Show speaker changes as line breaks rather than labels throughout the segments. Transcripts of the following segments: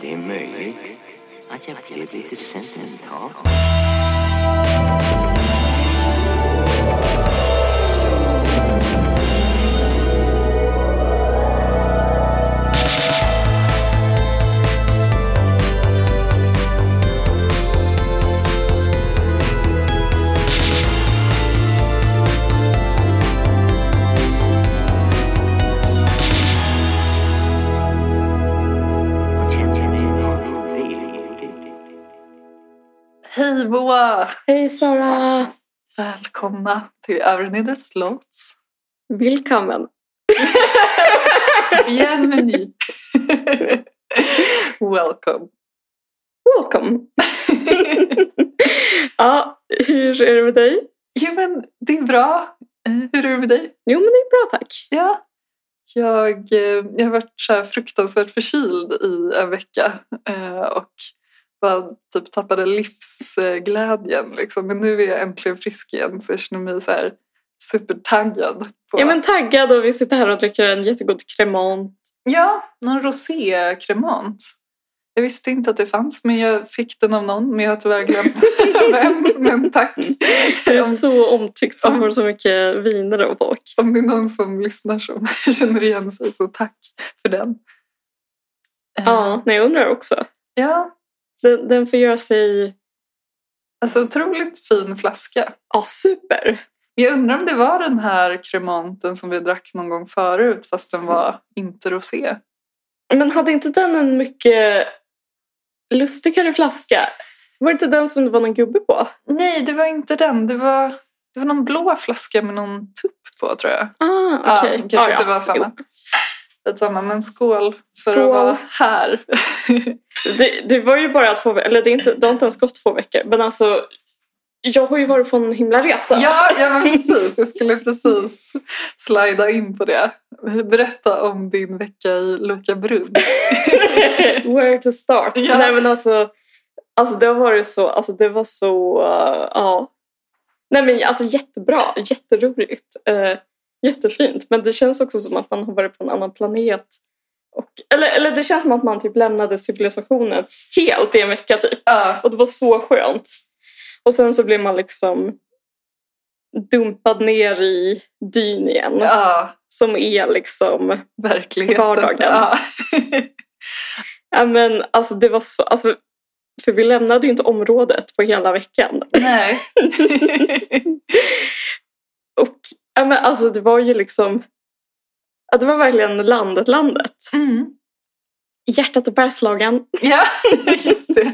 Det är möjligt att jag blev lite sentimental. Och känner mig någon velig.
Hej Boa!
Hej Sara!
Välkomna till Övernedre slotts.
Willkommen!
Bienvenue! Welcome!
Welcome! ja, hur är det med dig?
Jo men det är bra. Eh, Hur är det med dig?
Jo men det är bra tack.
Ja. Jag, eh, jag har varit så här fruktansvärt förkyld i en vecka eh, och bara typ tappade livsglädjen liksom. Men nu är jag äntligen frisk igen så jag känner mig så här supertaggad. På...
Ja men taggad och vi sitter här och dricker en jättegod cremant.
Ja, någon rosékremant. Jag visste inte att det fanns, men jag fick den av någon. Men jag har tyvärr glömt vem, men tack.
Det är
Om,
så omtyckt som
om-
får så mycket viner av folk.
om det är någon som lyssnar som känner igen sig, så tack för den. Eh,
Ja, nej jag undrar också.
ja,
Den, den får göra sig
alltså otroligt fin flaska.
ja, super.
Jag undrar om det var den här kremanten som vi drack någon gång förut, fast den var inte rosé.
Men hade inte den en mycket lustigare flaska? Var det inte den som det var någon gubbe på?
Nej, det var inte den. Det var, det var någon blå flaska med någon tupp på, tror jag.
Ah, okej.
Ja, kanske
Ah,
inte var samma. Ett samma, men skål för
Skål.
att vara här.
Det, det var ju bara två veckor, eller det, är inte, det har inte ens gått två veckor. Men alltså, jag har ju varit på en himla resa.
ja, ja, men precis. Jag skulle precis slida in på det. Berätta om din vecka i Loka Brunn.
Where to start?
Ja.
Nej men alltså, alltså det har varit så, alltså det var så, eh, ja. Nej men alltså jättebra, jätteroligt, eh, jättefint. Men det känns också som att man har varit på en annan planet. Och, eller, eller det känns som att man typ lämnade civilisationen helt i en vecka typ.
Ja,
Och det var så skönt. Och sen så blev man liksom dumpad ner i dyn igen.
ja
Som är liksom...
verkligheten.
Vardagen.
Ja.
Ja, men alltså det var så... Alltså, för vi lämnade ju inte området på hela veckan.
Nej.
Och ja, men alltså det var ju liksom... Ja, det var verkligen landet, landet.
Mm.
Hjärtat och Bergslagen.
Ja, just det.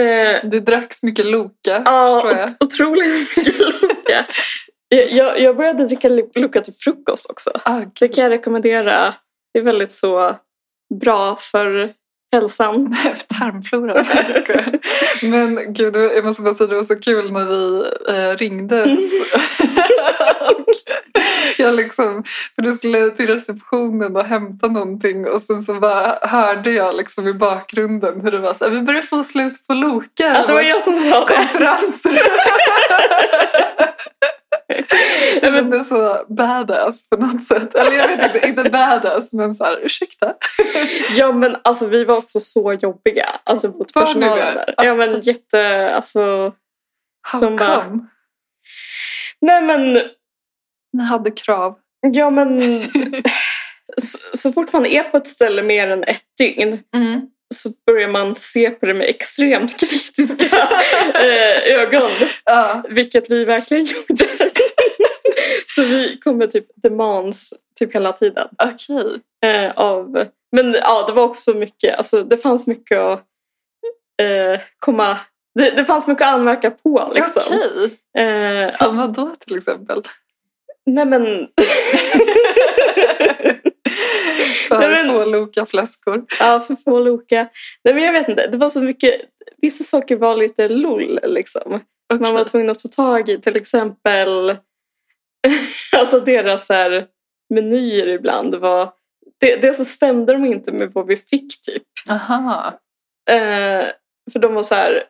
Eh,
Det dracks mycket Loka.
Ja,
förstår jag.
ot- otroligt mycket Loka. Jag- Jag, jag började dricka Loka till frukost också.
Ah,
Det kan jag rekommendera. Det är väldigt så bra för hälsan.
tarmfloran. Nej, jag skojar. Men gud, det var- jag måste bara säga det var så kul när vi eh, ringdes.
Mm.
Och jag liksom, för du skulle till receptionen och hämta någonting och sen så bara hörde jag liksom i bakgrunden hur det var så här, vi börjar få slut på Loka. i
Ja, det var
vårt
jag som sa det.
Konferensrum. Jag kände så badass på något sätt. Eller jag vet inte, inte badass men så här, ursäkta.
Ja, men alltså vi var också så jobbiga. Alltså mot
Var ni
personalen
det?
där. Ja, men jätte... Alltså...
How
Som bara-
come?
Nej, men...
Ni hade krav.
Ja, men... Så, så fort man är på ett ställe mer än ett dygn så börjar man se på det med extremt kritiska eh, ögon.
Ja.
Vilket vi verkligen gjorde. så vi kom med typ demands typ hela tiden.
Okej.
eh, av... Men ja, det var också mycket, alltså det fanns mycket att eh, komma... Det, det fanns mycket att anmärka på liksom.
Okej.
Eh,
Som vadå till exempel?
nej men,
För
Nej, men-
få Loka-flaskor.
ja för få Loka. Nej men jag vet inte, det var så mycket, vissa saker var lite lull liksom. Som man var tvungen att ta tag i, till exempel alltså deras så här, menyer ibland var... Det, det så stämde de inte med vad vi fick typ.
Aha.
Eh, för de var så här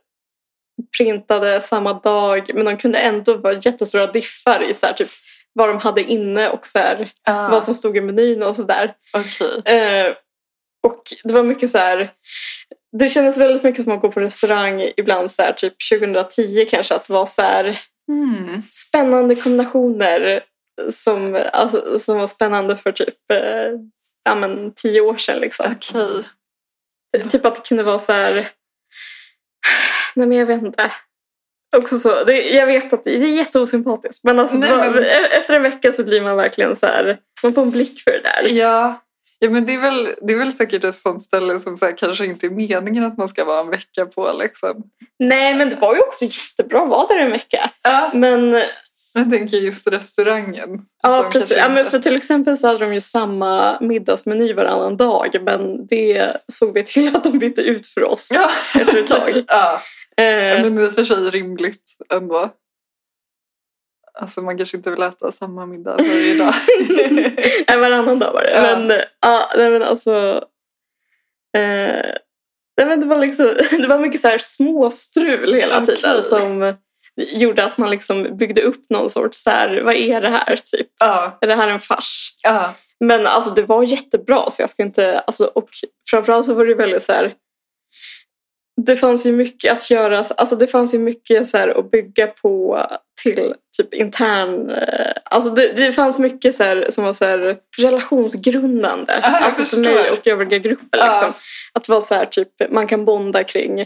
printade samma dag men de kunde ändå vara jättestora diffar i så här, typ, vad de hade inne och så här,
Ah,
vad som stod i menyn och sådär.
Okej.
Eh, Och det var mycket så här... Det kändes väldigt mycket som att gå på restaurang ibland så här, typ 2010 kanske. Att vara så här
Mm.
spännande kombinationer som, alltså, som var spännande för typ eh, ja, men, tio år sedan. Liksom.
Okej.
Typ att det kunde vara så här... Nej men jag vet inte. Också så, det, jag vet att det är jätteosympatiskt men, alltså,
Nej,
det var,
men-
e- efter en vecka så blir man verkligen så här, man får en blick för det där.
Ja. ja, men det är, väl, det är väl säkert ett sånt ställe som så här, kanske inte är meningen att man ska vara en vecka på. Liksom.
Nej men det var ju också jättebra att vara där en vecka.
Ja.
Men
Jag tänker just restaurangen. Att
ja,
de
precis.
kanske
Ja, men
inte-
för till exempel så hade de ju samma middagsmeny varannan dag men det såg vi till att de bytte ut för oss
Ja.
efter ett tag.
ja.
Eh,
Men i och för sig rimligt ändå. Alltså man kanske inte vill äta samma middag varje dag.
Nej, varannan dag var det.
Ja.
Men, eh, ja, nej, men alltså... Eh, nej, men det, var liksom, det var mycket så här småstrul hela
Okej.
tiden som gjorde att man liksom byggde upp någon sorts så här, vad är det här typ?
ja.
Är det här en fars?
ja.
Men alltså det var jättebra så jag ska inte, alltså och framförallt så var det väldigt så här det fanns ju mycket att göra, alltså det fanns ju mycket så här att bygga på till typ intern, eh, alltså det, det fanns mycket så här som var så här relationsgrundande.
Ja, jag
alltså för
förstår.
mig och övriga grupper
Ja.
liksom. Att vara så här typ, man kan bonda kring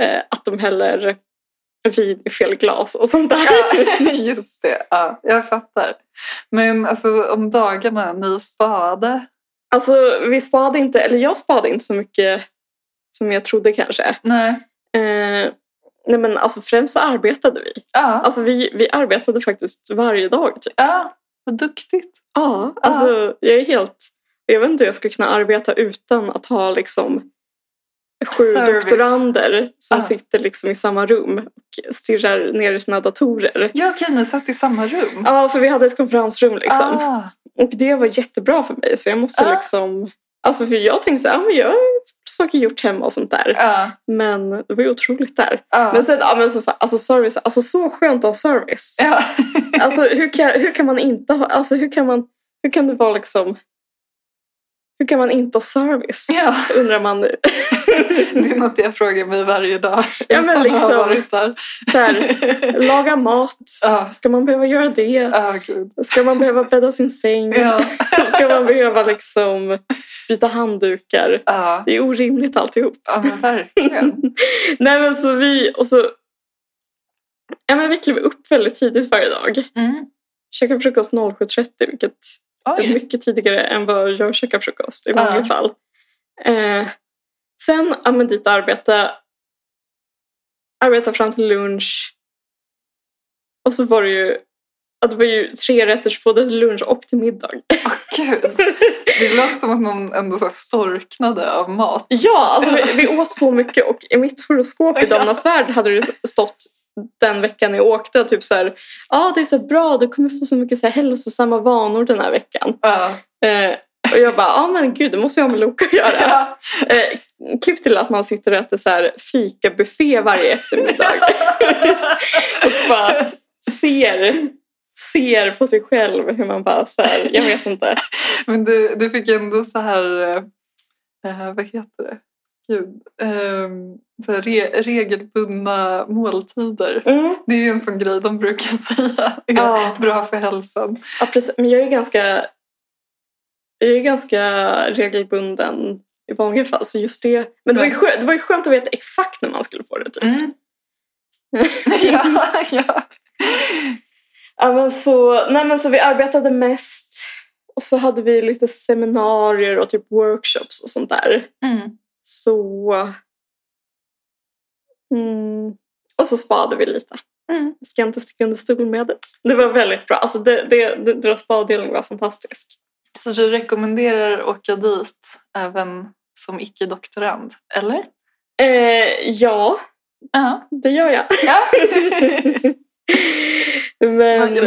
eh, att de häller vin i fel glas och sånt där.
Ja, just det. Ja, jag fattar. Men alltså om dagarna ni spade.
Alltså vi spade inte, eller jag spade inte så mycket som jag trodde kanske.
Nej.
Eh, nej men alltså främst så arbetade vi.
Ja.
Alltså vi, vi arbetade faktiskt varje dag typ.
ja. Vad duktigt.
Ja, alltså jag är helt... Jag vet inte hur jag skulle kunna arbeta utan att ha liksom sju
Service.
doktorander som
Ja.
sitter liksom i samma rum och stirrar ner i sina datorer.
Ja, okej, ni satt i samma rum.
Ja, för vi hade ett konferensrum liksom.
Ah.
Och det var jättebra för mig så jag måste
Ja.
liksom... Alltså för jag tänkte så här, ja, men jag har saker gjort hemma och sånt där.
Ja.
Men det var ju otroligt där.
Ja.
Men sen, ja men så, så- alltså service, alltså så skönt att ha service.
ja.
Alltså hur kan, hur kan man inte ha, alltså hur kan man, hur kan det vara liksom, hur kan man inte ha service?
ja.
Undrar man nu.
Det är något jag frågar mig varje dag.
Ja, men
utan att ha
liksom-
varit där.
Så här, laga mat,
Ja.
ska man behöva göra det?
Ja, gud.
Ska man behöva bädda sin säng?
Ja.
Ska man behöva liksom byta handdukar?
Ja.
Det är orimligt alltihop.
ja, men verkligen.
Nej men så vi, och så, ja men vi klev upp väldigt tidigt varje dag.
Mm.
Käkade frukost 07.30 vilket
Oj.
mycket tidigare än vad jag käkar frukost i många
Ja.
fall. Eh, sen ja, men dit och arbeta. Arbeta fram till lunch. Och så var det ju, ja, det var ju tre rätter både till lunch och till middag.
Gud. Det låter som att någon ändå så här storknade av mat.
ja, alltså vi, vi åt så mycket och i mitt horoskop i Damernas Värld hade det stått den veckan jag åkte typ så här, ja ah, det är så bra, du kommer få så mycket så här hälsosamma vanor den här veckan.
Ja.
Eh, och jag bara, ja ah, men gud det måste jag ha med Loka att göra.
Ja.
Eh, klipp till att man sitter och äter så här fikabuffé varje eftermiddag. och bara ser, ser på sig själv hur man bara så här, jag vet inte.
Men du, du fick ändå så här, eh, vad heter det? Gud. ehm, så här re, regelbundna måltider.
Mm.
Det är ju en sån grej de brukar säga är
Ja.
bra för hälsan.
Ja, precis. Men jag är ganska jag är ganska regelbunden i vanliga fall. Så just det. Men det var, ju skönt, det var ju skönt att veta exakt när man skulle få det. Typ.
Mm. ja, ja.
Ja, men så, nej, men så vi arbetade mest. Och så hade vi lite seminarier och typ workshops och sånt där. Så... Mm. Och så sparade vi lite.
Mm.
Ska jag inte sticka under stol med det. Det var väldigt bra. Alltså det, det, det, deras spardelen var fantastisk.
Så du rekommenderar att åka dit även som icke-doktorand, eller?
Eh, ja,
Ja.
det gör jag.
ja. Man,
men,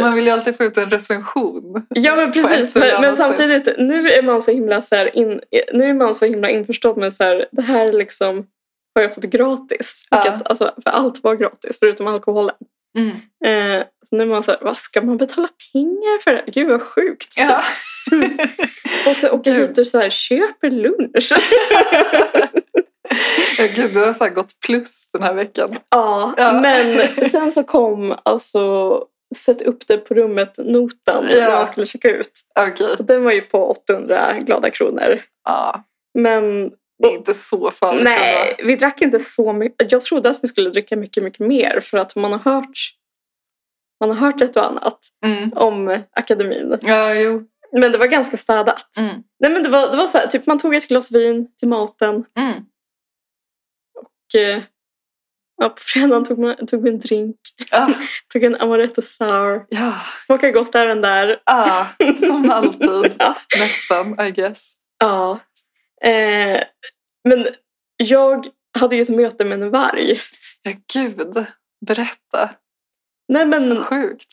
man vill ju alltid få ut en recension.
ja men precis.
på ett eller
Men, men
annat
samtidigt, nu är man så himla, så här in, nu är man så himla införstådd med så här, det här liksom har jag fått gratis.
Ja.
Vilket, alltså, för allt var gratis förutom alkoholen.
Mm.
Eh, så nu är man så här, vad ska man betala pengar för det här? Gud vad sjukt.
Ja.
Och så åker
Gud.
hit och så här, köper lunch.
Ja, gud, du har så här gått plus den här veckan.
Ja,
Ja.
men sen så kom alltså sätt upp det på rummet-notan
Ja.
när man skulle checka ut.
Okej.
Och den var ju på 800 glada kronor.
Ja,
Men
det är inte så farligt
nej, vi drack inte så mycket. Jag trodde att vi skulle dricka mycket, mycket mer för att man har hört, man har hört ett och annat
ändå. Mm.
om akademin.
Ja, jo.
Men det var ganska städat.
Mm.
Nej, men det var, det var så här, typ man tog ett glas vin till maten
Mm.
och eh, ja, på fredagen tog, man, tog vi en drink.
Ja,
Tog en Amaretto Sour.
ja.
Smakar gott även där.
ja, som alltid.
Ja.
Nästan, I guess.
ja. Eh, men jag hade ju ett möte med en varg.
Ja, gud. Berätta.
Nej, men
Så sjukt.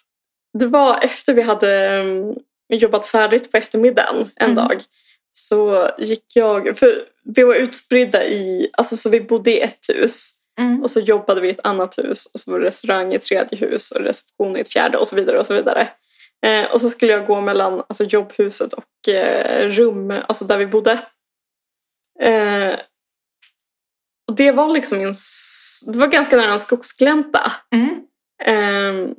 det var efter vi hade mm, jobbat färdigt på eftermiddagen en
Mm.
dag. Så gick jag, för vi var utspridda i, alltså så vi bodde i ett hus.
Mm.
Och så jobbade vi i ett annat hus och så var det restaurang i ett tredje hus och reception i ett fjärde och så vidare och så vidare. Eh, och så skulle jag gå mellan alltså, jobbhuset och eh, rum, alltså där vi bodde. Eh, och det var liksom en, s- det var ganska nära en skogsglänta.
Mm.
Eh,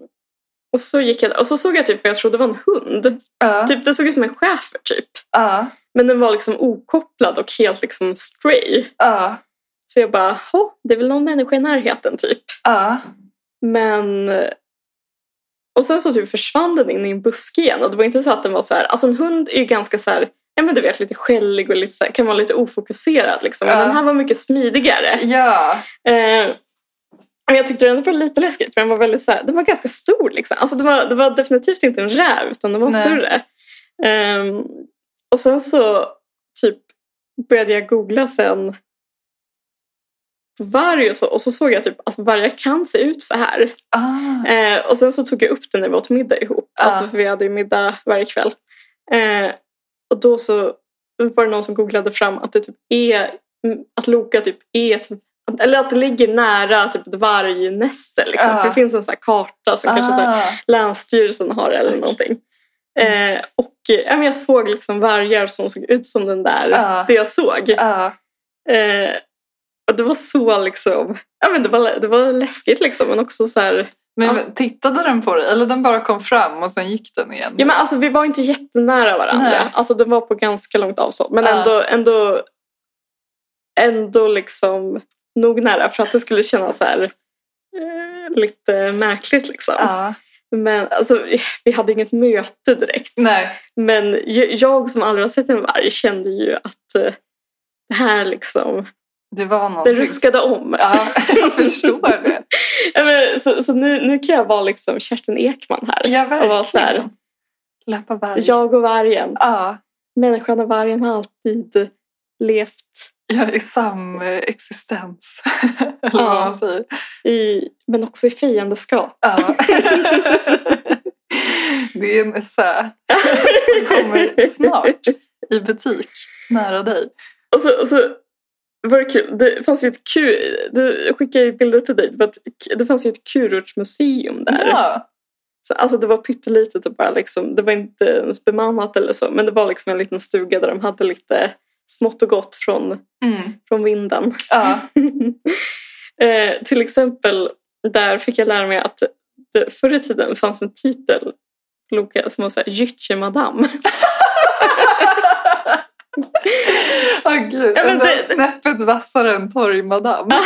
och så gick jag och så såg jag typ vad jag trodde var en hund.
Ja.
Typ, det såg ut som en schäfer typ.
Ja.
Men den var liksom okopplad och helt liksom stray.
Ja.
Så jag bara, "Hå, det är väl någon människa i närheten typ.
Ja.
Men... Och sen så typ försvann den in i en buske igen. Och det var inte så att den var så här... Alltså en hund är ju ganska så här... Ja men du vet lite skällig och lite så här, kan vara lite ofokuserad liksom. Men
Ja.
den här var mycket smidigare.
Ja.
Eh, men jag tyckte den var lite läskigt för den var väldigt så här, den var ganska stor liksom. Alltså det var, det var definitivt inte en räv utan den var
Nej.
större. Ehm, och sen så typ började jag googla sen varg och så, och så såg jag typ att alltså, vargar kan se ut så här.
Ah.
Eh, och sen så tog jag upp den när vi åt middag ihop.
Ja.
Alltså för vi hade ju middag varje kväll. Eh, och då så var det någon som googlade fram att det typ är mm, att Loka typ är typ eller att det ligger nära typ ett vargnäste. Liksom.
Ja.
För det finns en sån här karta som kanske så här,
Ah.
Länsstyrelsen har eller någonting. Eh, och eh, ja, men jag såg liksom vargar som såg ut som den där,
Ja.
det jag såg.
Ja.
Eh, och det var så liksom, ja men det var, det var läskigt liksom men också så här
Men
Ja.
tittade den på dig? Eller den bara kom fram och sen gick den igen?
Ja, men alltså, vi var inte jättenära varandra.
Nej.
Alltså, det var på ganska långt avstånd. Men
Ja.
ändå, ändå, ändå liksom nog nära för att det skulle kännas så här, eh, lite märkligt. Liksom.
Ja.
Men alltså, vi hade inget möte direkt.
Nej.
Men ju- jag som aldrig har sett en varg kände ju att eh, det här liksom,
Det var
det
någonting.
ruskade om.
Ja, jag förstår det.
Ja, men, så så nu, nu kan jag vara liksom Kerstin Ekman här.
Jag
Och vara så här,
Lappa varg.
jag och vargen.
Ja,
Människan och vargen har alltid levt
jag är samexistens. Eller
Ja.
vad man säger.
i, men också i fiendeskap.
Ja. Det är en essä som kommer snart i butik nära dig.
Och så, och så var det kul. Det fanns ju ett kul, du skickade ju bilder till dig. Det, var ett, det fanns ju ett kurortsmuseum där.
Ja.
Så, alltså det var pyttelitet och bara liksom, det var inte ens bemannat eller så. Men det var liksom en liten stuga där de hade lite smått och gott från,
Mm.
från vinden.
Ja.
eh, till exempel, där fick jag lära mig att det, förr i tiden fanns en titel på Loka som var såhär gyttjemadam.
Åh gud,
Ja, men
den där
det-
snäppet vassare än torgmadam.
ja,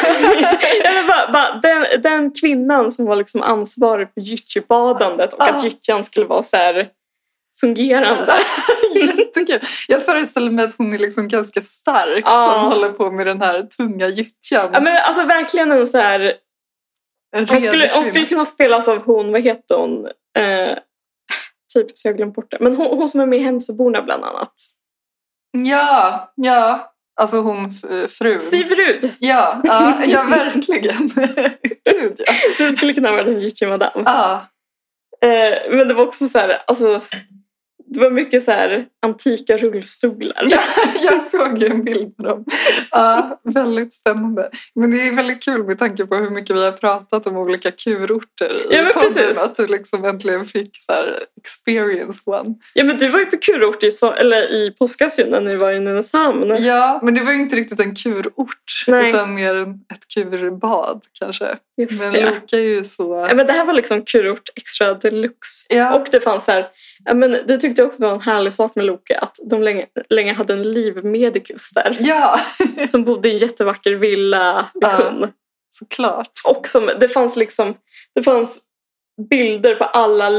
men bara, bara, den, den kvinnan som var liksom ansvarig för gyttjebadandet och att
Ah.
gyttjan skulle vara så här fungerande.
Jättekul. Jag föreställer mig att hon är liksom ganska stark
Ja.
som håller på med den här tunga gyttjan.
Ja, men alltså verkligen en så här...
En
Hon
red
skulle, hon
kvinna.
skulle kunna spelas av hon, vad heter hon? Eh, typ, så jag har glömt bort det. Men hon, hon som är med i Hemsöborna bland annat.
Ja, ja. Alltså hon f- frun. Mm.
Siverud!
Ja, ja, ja verkligen. Gud ja.
Det skulle kunna vara en gyttjemadam.
ja.
Eh, men det var också så här, alltså, Det var mycket så här antika rullstolar.
Ja, jag såg ju en bild på dem. Ja, väldigt spännande. Men det är väldigt kul med tanke på hur mycket vi har pratat om olika kurorter i
Ja, men
podden.
precis.
Att du liksom äntligen fick så här, experience one.
Ja, men du var ju på kurort i, so- eller i påskas ju när ni var i Nynäshamn.
Ja, men det var ju inte riktigt en kurort.
Nej.
Utan mer en, ett kurbad kanske.
Just
Men
det.
Loka är ju så...
Ja, men det här var liksom kurort extra deluxe.
Ja.
Och det fanns så här, ja, men det tyckte jag också var en härlig sak med Loke, att de länge, länge hade en livmedikus där
Ja,
som bodde i en jättevacker villa vid
Ja.
sjön.
såklart.
Och som, det fanns liksom, det fanns bilder på alla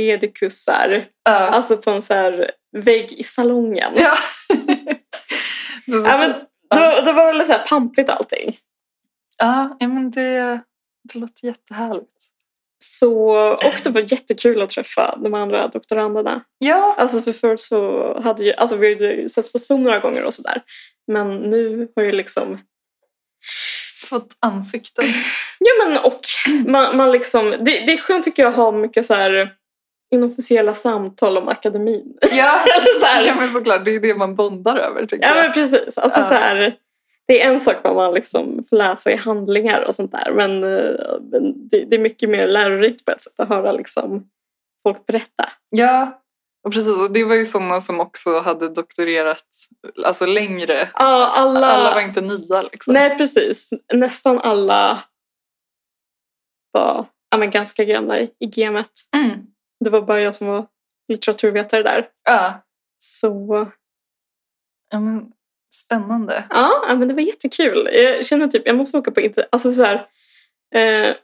livmedikusar,
Ja.
alltså på en så här vägg i salongen.
ja. Det är så
Ja, men,
kul.
det, var, det var väldigt så här pampigt allting.
Ja, ja, men det, det låter jättehärligt.
Så, och det var jättekul att träffa de andra doktoranderna.
Ja,
Alltså för förut så hade ju, alltså vi hade ju setts på Zoom några gånger och sådär. Men nu har ju liksom,
fått ansikten.
ja men och man, man liksom, det, det är skönt tycker jag att ha mycket så här inofficiella samtal om akademin.
Ja,
så
ja
här,
men såklart. Det är det man bondar över tycker
ja
jag.
men precis, alltså
Ja.
så här, det är en sak vad man liksom får läsa i handlingar och sånt där. Men, eh, men det, det är mycket mer lärorikt på ett sätt att höra liksom folk berätta.
Ja, och precis. Och det var ju sådana som också hade doktorerat alltså längre.
Ja, alla,
Alla var inte nya liksom.
Nej, precis. Nästan alla var ja, men ganska gamla i, i gamet.
Mm.
Det var bara jag som var litteraturvetare där.
Ja.
Så
ja, men spännande.
ja, ja, men det var jättekul. Jag känner typ jag måste åka på inte, alltså så här, eh,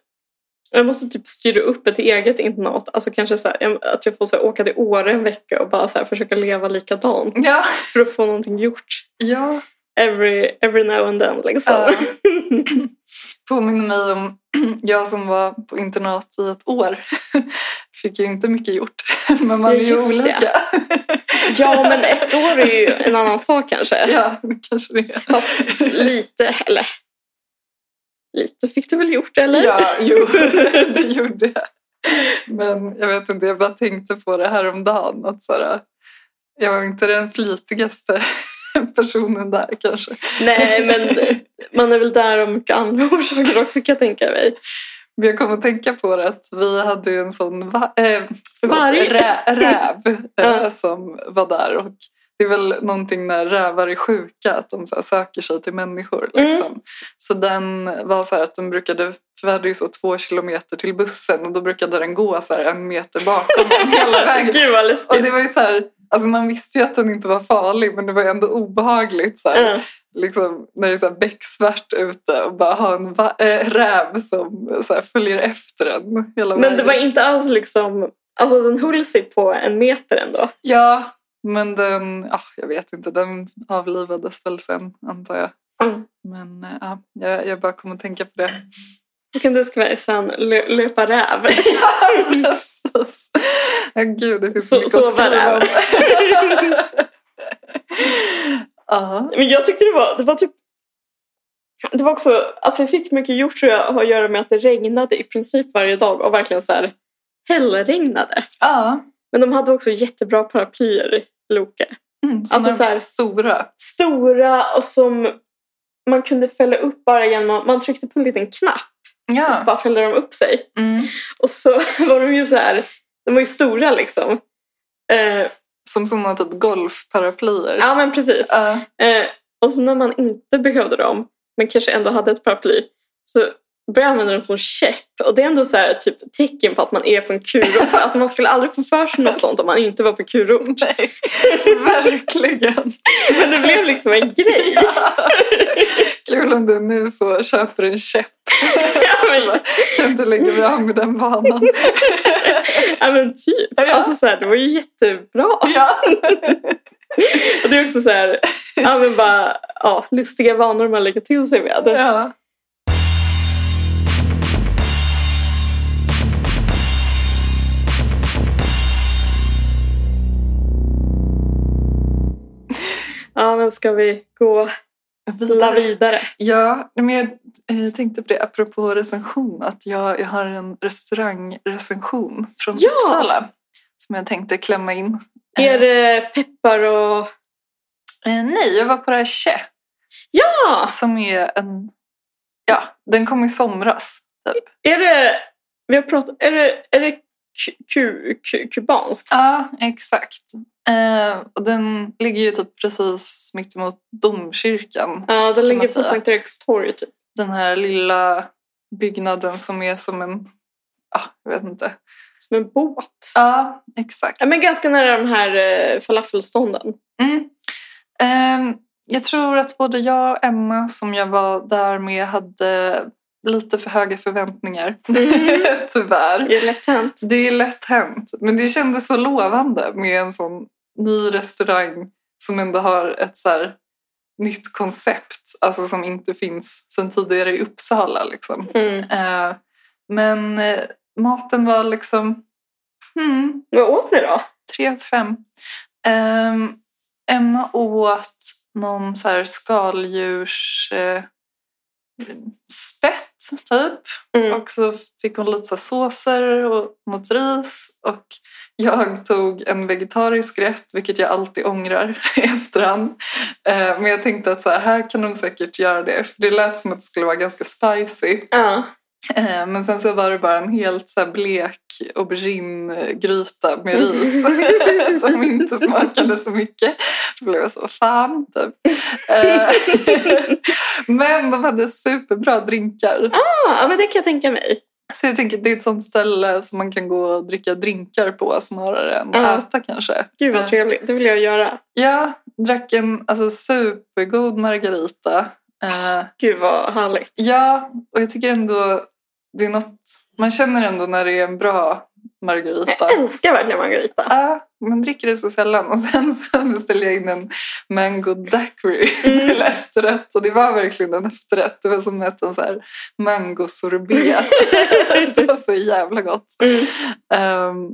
jag måste typ styra upp ett eget internat. Alltså kanske så här, jag- att jag får så här, åka till Åre en vecka och bara så här, försöka leva likadant
Ja,
för att få någonting gjort.
ja.
Every, every now and then liksom.
ja. Påminner mig om jag som var på internat i ett år. Fick ju inte mycket gjort. Men man
Ja,
är ju
just det.
olika.
ja, men ett år är ju en annan sak kanske.
Ja, kanske det.
Fast lite, eller lite fick du väl gjort eller?
Ja, jo, det gjorde jag. Men jag vet inte, jag bara tänkte på det här om dagen. Att så här, jag var inte den flitigaste personen där kanske.
Nej, men man är väl där av mycket andra orsaker också kan jag tänka mig.
Men jag kom att tänka på det att vi hade ju en sån va- eh, förlåt,
Varg.
rä- räv
Ja.
eh, som var där. Och det är väl någonting när rävar är sjuka, att de så här söker sig till människor.
Mm.
Liksom. Så den var så här att den brukade, för vi hade ju så två kilometer till bussen och då brukade den gå så här en meter bakom en hela vägen.
Gud vad läskigt.
Och det var ju så här, alltså man visste ju att den inte var farlig men det var ju ändå obehagligt så här,
Ja.
liksom, när det är så här becksvart ute och bara ha en va- äh, räv som så här, följer efter en hela
Men det
vägen.
var inte alls liksom, alltså den höll sig på en meter ändå.
Ja, men den, ah, jag vet inte, den avlivades väl sen antar jag.
Mm.
Men eh, ja, jag, jag bara kom att tänka på det.
Då kan du skriva sen lö- löpa räv.
Precis. Ja, gud, det finns
Så-
så, mycket
så
att skriva
var
om.
det.
Ja.
Men jag tyckte det var, det var typ det var också att vi fick mycket gjort tror jag har att göra med att det regnade i princip varje dag och verkligen så här hällregnade.
Ja.
Men de hade också jättebra paraplyer, Loke.
Mm,
Alltså
såna
så här-
stora.
Stora och som man kunde fälla upp bara genom att man tryckte på en liten knapp och så
Ja.
bara fällde de upp sig.
Mm.
Och så var de ju så här, de var ju stora liksom. Eh,
Som sådana typ golfparaplyer.
ja men precis.
Ja.
Eh, och så när man inte behövde dem, men kanske ändå hade ett paraply, så började jag använda dem som käpp. Och det är ändå så här, typ, tecken på att man är på en kurort. alltså man skulle aldrig få för sig något sånt om man inte var på kurort.
Nej, verkligen.
Men det blev liksom en grej.
Kul om du nu så köper en käpp.
ja, men,
Kan inte lägga mig av med den vanan.
ja, men typ.
Ja.
Alltså, så här, det var ju jättebra.
Ja.
Och det är också så här, ja, men bara, ja, lustiga vanor man lägger till sig med.
ja.
Ja, men ska vi gå la vidare?
Ja, men jag eh, tänkte på det apropå recension. Att jag, jag har en restaurangrecension från
Ja!
Uppsala som jag tänkte klämma in
Är det peppar och...
Eh, nej, jag var på det här Che
Ja!
som är en... Ja, den kom i somras. Typ.
Är det... Vi har pratat... Är det, är det ku, ku, ku, kubanskt?
Ja, exakt. Eh, och den ligger ju typ precis mitt emot domkyrkan.
Ja, den
man
ligger på
säga.
Sankt Eriks torg typ.
Den här lilla byggnaden som är som en... Ja, jag vet inte.
Som en båt.
Ja, exakt.
Ja, men ganska nära de här eh, falafelstånden.
Mm. Ehm, jag tror att både jag och Emma som jag var där med hade lite för höga förväntningar. Tyvärr.
Är det lätt hänt?
Det är lätt hänt. Men det kändes så lovande med en sån ny restaurang som ändå har ett så här nytt koncept. Alltså som inte finns sedan tidigare i Uppsala. Liksom.
Mm.
Eh, men eh, maten var liksom... Hmm,
Vad åt ni då?
tre av fem. Ehm, Emma åt någon så här skaldjurs... Eh, spett, typ.
Mm.
Och så fick hon lite så här såser och, mot ris. Och jag tog en vegetarisk rätt, vilket jag alltid ångrar i efterhand. Eh, men jag tänkte att så här, här kan de säkert göra det. För det lät som att det skulle vara ganska spicy.
Ja.
Eh, Men sen så var det bara en helt så här blek auberginegryta med ris som inte smakade så mycket. Då blev jag så, fan typ. Eh, Men de hade superbra drinkar.
Ah, ja, men det kan jag tänka mig.
Så jag tänker att det är ett sånt ställe som man kan gå och dricka drinkar på snarare än
Ja.
äta kanske.
Gud vad
Ja.
trevligt, det vill jag göra.
Ja, drack en alltså, supergod margarita. Eh,
Gud vad härligt.
Ja, och jag tycker ändå det är något man känner ändå när det är en bra margarita.
Jag älskar verkligen Margarita.
Ja, man dricker det så sällan. Och sen så beställde jag in en mango daiquiri
Mm.
till efterrätt. Och det var verkligen en efterrätt. Det var som att en så här mango sorbet. det var så jävla gott.
Mm.
Ehm,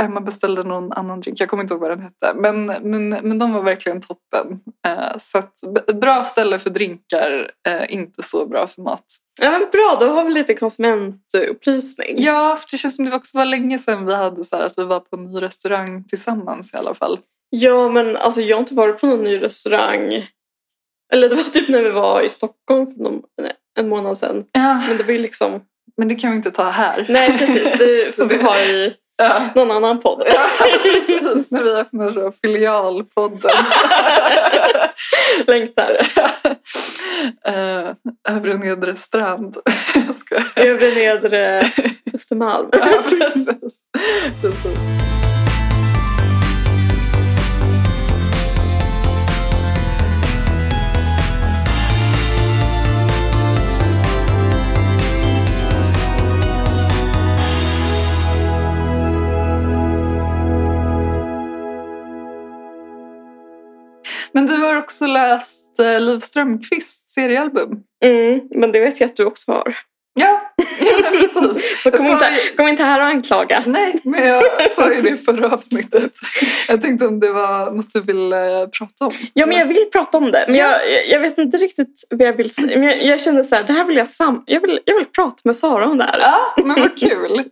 Emma beställde någon annan drink, jag kommer inte ihåg vad den hette. Men, men, men de var verkligen toppen. Eh, så att, b- bra ställe för drinkar, eh, inte så bra för mat.
Ja, men bra, då har vi lite konsumentupplysning.
Ja, för det känns som det också var länge sedan vi hade så här att vi var på en ny restaurang tillsammans i alla fall.
Ja, men alltså jag har inte varit på någon ny restaurang. Eller det var typ när vi var i Stockholm för någon, nej, en månad sedan.
Ja,
Men det var ju liksom...
men det kan vi inte ta här.
Nej, precis. Det
Så
får vi
det-
ha i
Ja.
någon annan podd.
Ja, precis. När vi öppnar så filialpodden.
Längtar.
uh, övre och nedre strand. Jag skojar.
Övre nedre Östermalm.
Ja, precis. precis. Men du har också läst eh, Liv Strömquists seriealbum.
Mm, men det vet jag att du också har.
Ja, ja precis.
Så kom,
Jag sa
inte, kom inte här och anklaga.
Nej, men jag sa ju det i förra avsnittet. Jag tänkte om det var något du ville prata om.
Ja, men jag vill prata om det. Men jag, jag- jag vet inte riktigt vad jag vill säga. Men jag, jag kände så här, det här vill jag, sam jag, vill, jag vill prata med Sara om det här.
Ja, men vad kul.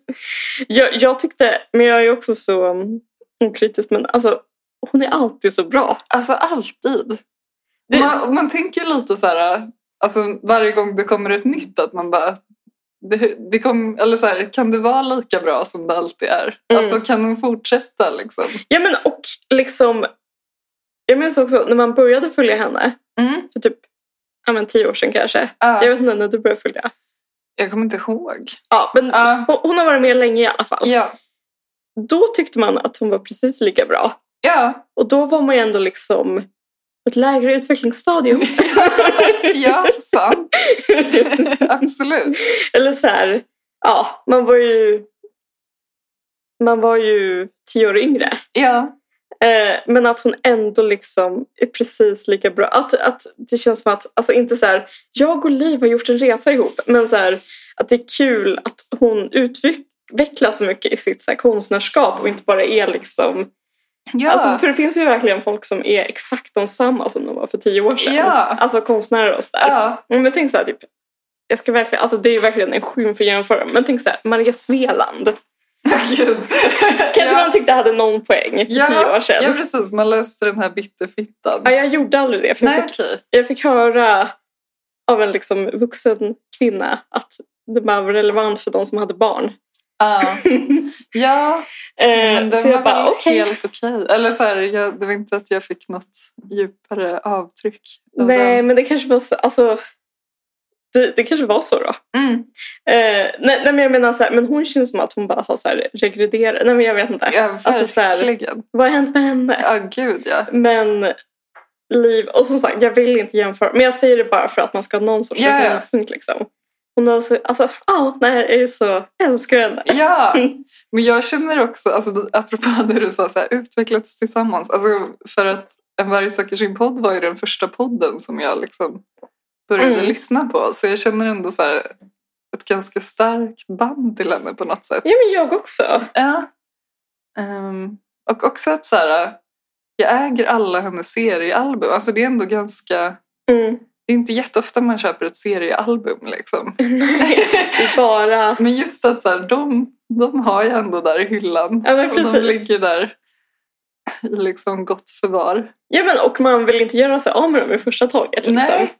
Jag, jag tyckte, men jag är ju också så um, okritisk, men alltså hon är alltid så bra.
Alltså alltid.
Det-
Man, man tänker ju lite så här, alltså varje gång det kommer ett nytt att man bara, det, det kom, eller så här, kan det vara lika bra som det alltid är?
Mm.
Alltså kan hon fortsätta liksom?
Ja men och liksom, jag minns också när man började följa henne
Mm.
för typ ja, men, tio år sedan kanske.
Ja,
Jag
jag,
vet inte när du började följa.
kommer inte ihåg.
Ja, men
Ja.
hon, hon har varit med länge i alla fall.
Ja,
Då tyckte man att hon var precis lika bra.
ja,
Och då var man ju ändå liksom på ett lägre utvecklingsstadium.
ja sant. Absolut.
Eller så här, ja, man var ju... Man var ju tio år yngre.
Ja,
Eh, men att hon ändå liksom är precis lika bra. Att, att det känns som att, alltså inte så här, jag och Liv har gjort en resa ihop. Men så här, att det är kul att hon utvecklas så mycket i sitt så här, konstnärskap och inte bara är liksom...
ja.
Alltså, för det finns ju verkligen folk som är exakt de samma som de var för tio år sedan.
Ja.
Alltså konstnärer och sådär.
ja.
Men jag tänker så här, typ, jag ska verkligen, alltså det är verkligen en skymf att jämföra, men tänk så här, Maria Sveland.
Gud.
Kanske
ja.
man tyckte hade någon poäng för
Ja,
tio år sedan.
Ja, precis. Man löste den här bitterfittan.
Ja, jag gjorde aldrig det. För jag,
Nej,
fick,
okej.
jag fick höra av en liksom vuxen kvinna att det bara var relevant för de som hade barn.
Ja. ja, men
Eh,
den
så
var
jag bara
väl
okej.
helt okej. Eller så här, jag, det var inte att jag fick något djupare avtryck. av
Nej,
den.
men det kanske var så. Alltså, det, det kanske var så då.
Mm.
Eh, nej, nej, men jag menar så här, men hon känns som att hon bara har så här regrederat. Nej, men jag vet inte.
Ja,
Alltså, så här-
verkligen.
Vad har hänt med henne?
Ja, gud ja.
Men liv, och som sagt, jag vill inte jämföra. Men jag säger det bara för att man ska ha någon sorts
Ja, ja.
referenspunkt liksom. Hon har så, alltså, ja, nej, jag är så älskar henne.
Ja,
Mm.
men jag känner också, alltså, apropå det du sa, så här, utvecklats tillsammans. Alltså, för att En varg söker sin podd var ju den första podden som jag liksom började
Mm.
lyssna på. Så jag känner ändå så här, ett ganska starkt band till henne på något sätt.
Ja, men jag också.
Ja. Ehm, och också att så här, jag äger alla hennes seriealbum. Alltså det är ändå ganska...
Mm.
Det är inte jätteofta man köper ett seriealbum liksom.
Det är bara...
Men just att så här, de, de har jag ändå där i hyllan.
Ja, men
Och de
precis.
ligger där i liksom gott förvar.
Ja, men, och man vill inte göra sig av med dem i första taget. Liksom.
Nej.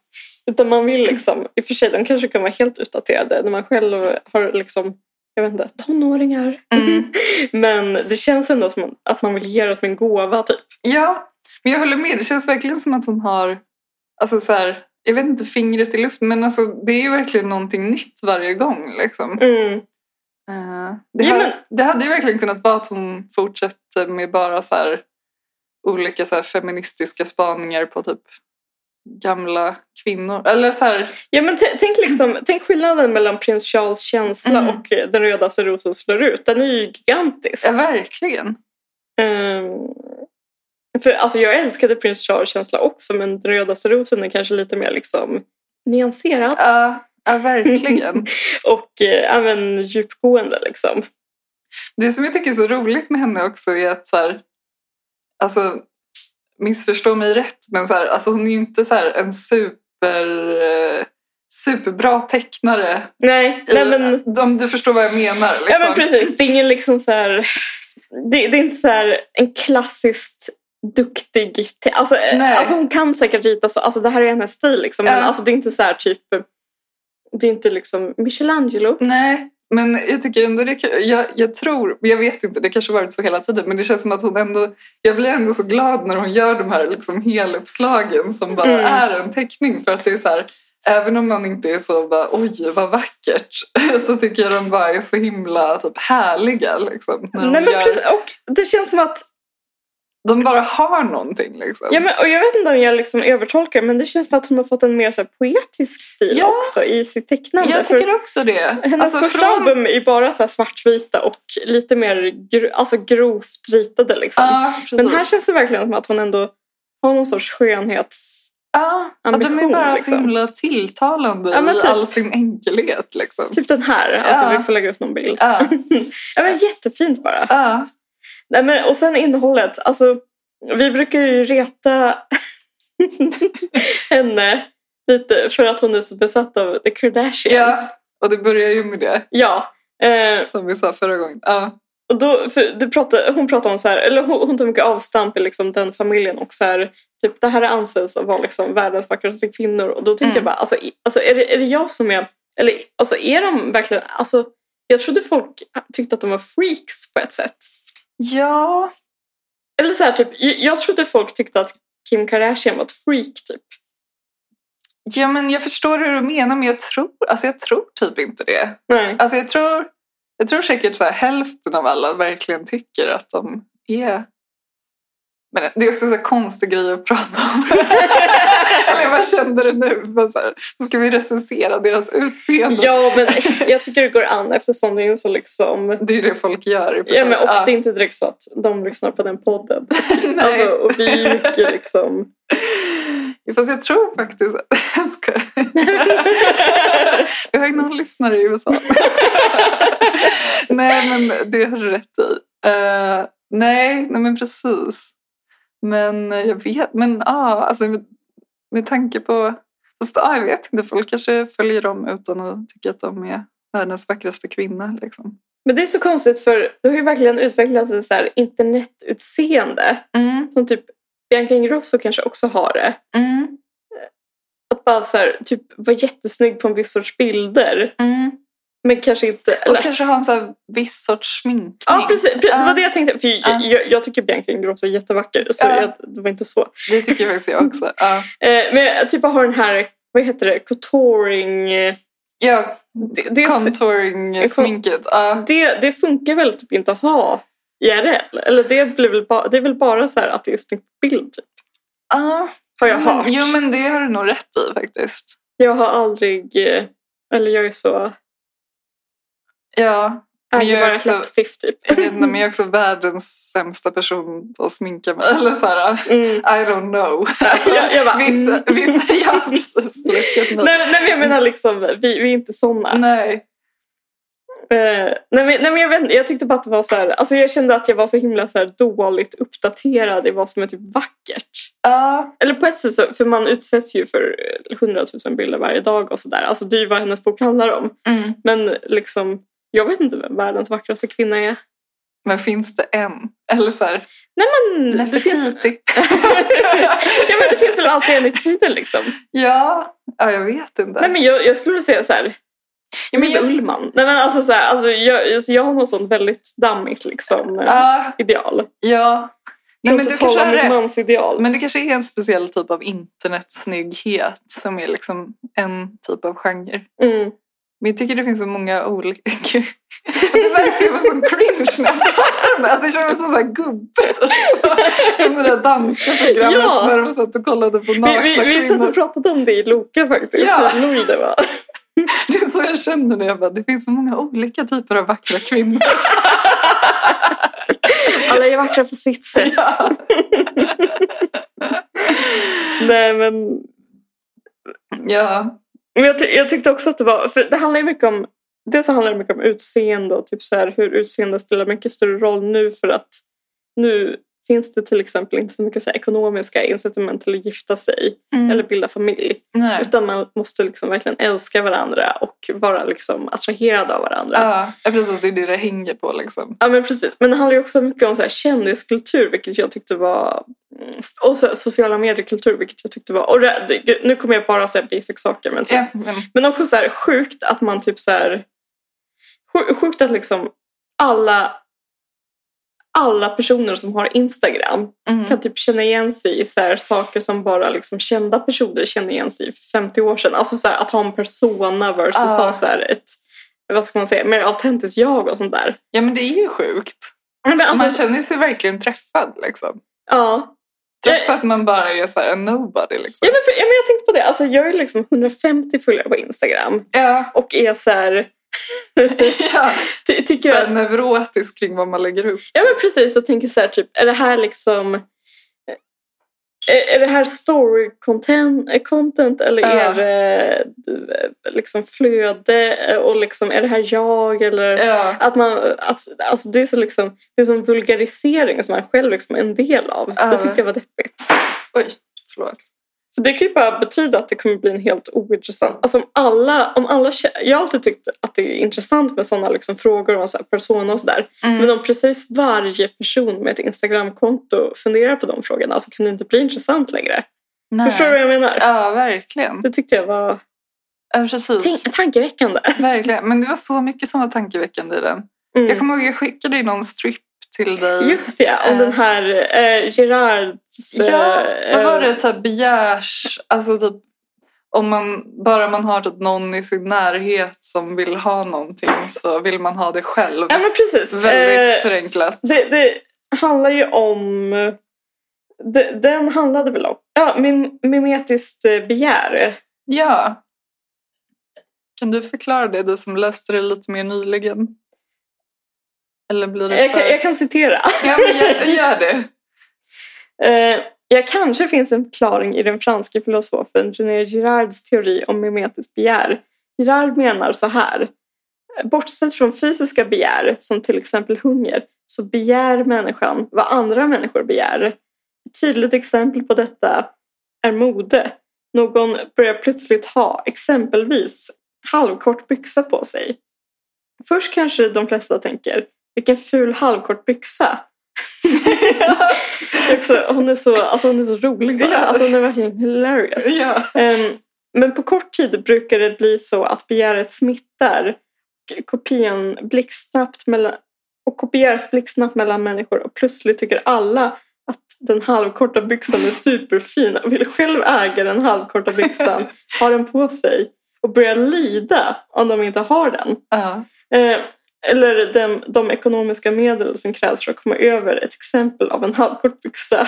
Utan man vill liksom, i och för sig, de kanske kan vara helt utdaterade när man själv har liksom, jag vet inte, tonåringar.
Mm.
Men det känns ändå som att man vill ge det som en gåva typ.
Ja, men jag håller med. Det känns verkligen som att hon har, alltså så här, jag vet inte, fingret i luften. Men alltså, det är ju verkligen någonting nytt varje gång. Liksom.
Mm.
Eh, det,
Ja,
hade,
men-
det hade ju verkligen kunnat vara att hon fortsätter med bara så här, olika så här, feministiska spaningar på typ gamla kvinnor. Eller så här,
Ja, men t- tänk, liksom, tänk skillnaden mellan prins Charles känsla
Mm.
och eh, den rödaste rosen slår ut. Den är ju gigantisk.
ja, verkligen.
Ehm, för, alltså, jag älskade prins Charles känsla också men den rödaste rosen är kanske lite mer liksom, nyanserad.
Ja, ja, verkligen.
och eh, även djupgående. Liksom.
Det som jag tycker är så roligt med henne också är att så här, alltså missförstå mig rätt, men så här, alltså hon är ju inte så här en super eh, superbra tecknare.
Nej,
i-
nej men,
Om du förstår vad jag menar. Liksom.
ja, men precis. Det är ingen liksom så här, det, det är inte så här en klassiskt duktig... te- Alltså, eh,
Nej.
alltså hon kan säkert rita så. Alltså det här är hennes stil liksom. Men
Ja.
alltså det är inte så här typ... Det är inte liksom Michelangelo.
Nej, men jag tycker ändå det är kul. jag, jag tror, men jag vet inte, det kanske varit så hela tiden, men det känns som att hon ändå, jag blir ändå så glad när hon gör de här liksom heluppslagen som bara
Mm.
är en teckning för att det är så här, även om man inte är så bara oj vad vackert, så tycker jag de bara är så himla typ härliga liksom. När de,
Nej, men
gör,
precis, och det känns som att...
de bara har någonting liksom.
Ja, men, och jag vet inte om jag liksom övertolkar men det känns som att hon har fått en mer så här poetisk stil
Ja.
också i sitt tecknande.
jag
För-
tycker också det. Alltså,
Hennes första album är ju bara så här svartvita och lite mer gro- alltså grovt ritade. Liksom.
Ja, precis.
Men här känns det verkligen som att hon ändå har någon sorts skönhets...
Ja, att de är
ambition,
bara så
liksom.
himla tilltalande
Ja, men
i
typ.
all sin enkelhet. Liksom.
Typ den här. Alltså,
Ja.
Vi får lägga upp någon bild.
Ja,
Ja, men jättefint bara.
ja.
Nej, men, och sen innehållet. Alltså, vi brukar ju reta henne lite för att hon är så besatt av The Kardashians.
Ja, och det börjar ju med det
ja. Eh,
som vi sa förra gången. Ja,
Och då, för du pratar, hon pratar om så här, eller hon, hon tar mycket avstamp i liksom den familjen och så här, typ det här anses att vara liksom världens vackraste kvinnor och då tänkte
Mm.
jag bara, alltså, i, alltså är, det, är det jag som är, eller alltså är de verkligen, alltså jag trodde folk tyckte att de var freaks på ett sätt.
ja.
Eller så här typ, jag, jag trodde folk tyckte att Kim Kardashian var ett freak typ.
ja men jag förstår hur du menar men jag tror, alltså jag tror typ inte det.
Nej.
Alltså jag tror, jag tror säkert så här, hälften av alla verkligen tycker att de är... Men det är också en så här konstig grej att prata om. Eller jag bara kände det nu. Men så här, så ska vi recensera deras utseende.
Ja men jag tycker det går an eftersom det är en så liksom,
Det är det folk gör. i och för
ja
sig.
men och
Ja.
det är inte direkt så att de lyssnar på den podden.
Nej.
Alltså, och vi är mycket liksom
Fast jag tror faktiskt att... Jag skojar. Jag har ju någon lyssnare i USA. Nej, men det har du rätt i. Eh, nej, nej, men precis. Men eh, jag vet, men ja, ah, alltså med, med tanke på... Fast ah, jag vet inte, folk kanske följer dem utan att tycka att de är världens vackraste kvinna. Liksom.
Men det är så konstigt för det har ju verkligen utvecklats ett så här internetutseende.
Mm,
Som typ Bianca Ingrosso kanske också har det.
mm,
Att bara så här, typ vara jättesnygg på en viss sorts bilder.
mm.
Men kanske inte...
Och
Eller,
kanske ha en så här viss sorts sminkning.
ja, precis. Det var
Ja.
det jag tänkte. För jag,
Ja.
jag, jag tycker Bianca Ingrosso är jättevacker. Så
Ja.
jag, det var inte så.
Det tycker jag faktiskt jag också. Ja,
Eh, men jag typ bara har den här, vad heter det, contouring... eh,
ja
Det, det,
contouring-sminket. Ja.
det, det funkar väl typ inte att ha i IRL? Eller det, blir väl ba, det är väl bara så här att det är snyggt på bild, typ.
Ja.
har jag hört.
Jo, men det har du nog rätt i faktiskt.
Jag har aldrig... eh, Eller jag är så...
Ja,
Jag
Men jag
är
är
bara
också-
slapstick, typ.
jag vet inte, men jag är också världens sämsta person på att sminka mig. Eller så här,
Mm.
I don't know.
Jag, jag bara...
Vissa,
mm.
vissa jag har precis lyckat med.
Nej, nej, men jag menar liksom, vi, vi är inte såna. Eh,
Nej.
nej, men, nej, men jag, vet, inte, jag tyckte bara att det var så här, alltså jag kände att jag var så himla så här dåligt uppdaterad i vad som är typ vackert.
Ja,
Eller på ett sätt så, för man utsätts ju för eh, hundratusen bilder varje dag och sådär. Alltså det är ju vad hennes bok handlar om.
mm.
Men liksom, jag vet inte vem världens vackraste kvinna är.
men finns det en? Eller så här,
Men det finns,
Nefertiti.
ja, men det finns väl alltid en i tiden liksom.
ja. ja, jag vet inte.
Nej men jag, jag skulle säga så här,
ja, men
Micke
jag,
Ullman. Nej men alltså så här, alltså, jag, alltså, jag har något sånt väldigt dammigt liksom eh,
ja,
ideal.
ja. Nej, men
Från
du
att hålla
kanske har
mitt
rätt.
Mansideal.
Men det kanske är en speciell typ av internetsnygghet som är liksom en typ av genre.
Mm.
Men jag tycker det finns så många olika... Gud. Det verkar vara sån cringe när jag pratar om det. Alltså jag känner mig som en sån här gubbe. Som det där danska programmet
Ja.
när de satt och kollade på nakna
Vi, vi, vi satt
kvinnor.
och pratade om det i Loka faktiskt.
Ja.
Hur lång det var.
Det är så jag känner när jag bara, det finns så många olika typer av vackra kvinnor.
Alla är vackra på sitt sätt.
Ja.
Nej men
ja.
Men jag, ty- jag tyckte också att det var... För det handlar ju mycket om... Dels så handlar det mycket om utseende och typ så här, hur utseende spelar mycket större roll nu för att nu finns det till exempel inte så mycket så här ekonomiska incitament till att gifta sig
Mm.
eller bilda familj.
Nej.
Utan man måste liksom verkligen älska varandra och vara liksom attraherad av varandra.
Ja, ja, precis. Det är det det hänger på liksom.
Ja men precis. Men det handlar ju också mycket om så här kändiskultur vilket jag tyckte var... mm, Och så här sociala mediekultur vilket jag tyckte var... Och det, gud, nu kommer jag bara säga basic saker men typ
Ja, men,
men också så här sjukt att man typ så här... sj- Sjukt att liksom alla, alla personer som har Instagram
mm.
kan typ känna igen sig i så här saker som bara liksom kända personer kände igen sig i för 50 år sedan. Alltså så här, att ha en persona versus
Ja.
ha så här ett vad ska man säga, mer autentiskt jag och sånt där.
ja, men det är ju sjukt.
Men alltså,
Man känner sig verkligen träffad liksom.
ja.
Trots att man bara är så här en nobody liksom.
Ja, men, ja, men jag tänkte på det. Alltså, jag är liksom 150 följare på Instagram
Ja,
och är så här...
ja.
ty, tycker
Så
att
här neurotisk kring vad man lägger upp.
Ja men precis, och tänker så här typ, är det här liksom är är det här story content, eh, content eller
Ja.
är det eh, liksom flöde eh, och liksom är det här jag eller
Ja.
att man att, alltså det är så liksom det är som vulgarisering som man själv liksom är en del av.
Ja.
Det tyckte jag var deppigt.
Oj, förlåt.
För det kan ju bara betyda att det kommer bli en helt ointressant. Alltså om alla, om alla kä- jag har alltid tyckt att det är intressant med sådana liksom frågor om så här persona och sådär.
Mm.
Men om precis varje person med ett Instagramkonto funderar på de frågorna så kan det inte bli intressant längre.
Nej.
Förstår du vad jag menar?
Ja, verkligen.
Det tyckte jag var
Ja, precis.
tänk- tankeväckande.
Verkligen. Men det var så mycket som var tankeväckande i den.
Mm.
Jag kommer ihåg jag skickade ju någon strip till dig.
Just det, om
Eh.
den här eh, Gerards...
Ja,
eh,
vad var det? Så här begärs... Alltså typ om man, bara man har typ någon i sin närhet som vill ha någonting så vill man ha det själv.
Ja, men precis.
Väldigt
Eh,
förenklat.
det, det handlar ju om... de- Den handlade väl om ja, mim- mimetiskt eh, begär.
Ja. Kan du förklara det, du som läste det lite mer nyligen? Eller blir det
Jag
för...
kan, jag kan citera.
Ja, men gör, gör det.
Eh, ja, kanske finns en förklaring i den franske filosofen René Girards teori om mimetiskt begär. Girard menar så här. Bortsett från fysiska begär, som till exempel hunger, så begär människan vad andra människor begär. Ett tydligt exempel på detta är mode. Någon börjar plötsligt ha, exempelvis, halvkort byxa på sig. Först kanske de flesta tänker, vilken ful halvkort byxa. Också, hon, är så, alltså hon är så rolig bara.
Ja.
Alltså hon är verkligen hilarious.
Ja.
Ehm, men på kort tid brukar det bli så att begäret smittar och kopian blixtsnabbt mellan, och kopieras blixtsnabbt mellan människor och plötsligt tycker alla att den halvkorta byxan är superfin och vill själv äga den halvkorta byxan, ha den på sig och börjar lida om de inte har den.
Ja.
Eh, eller de, de ekonomiska medel som krävs för att komma över ett exempel av en halvkort byxa.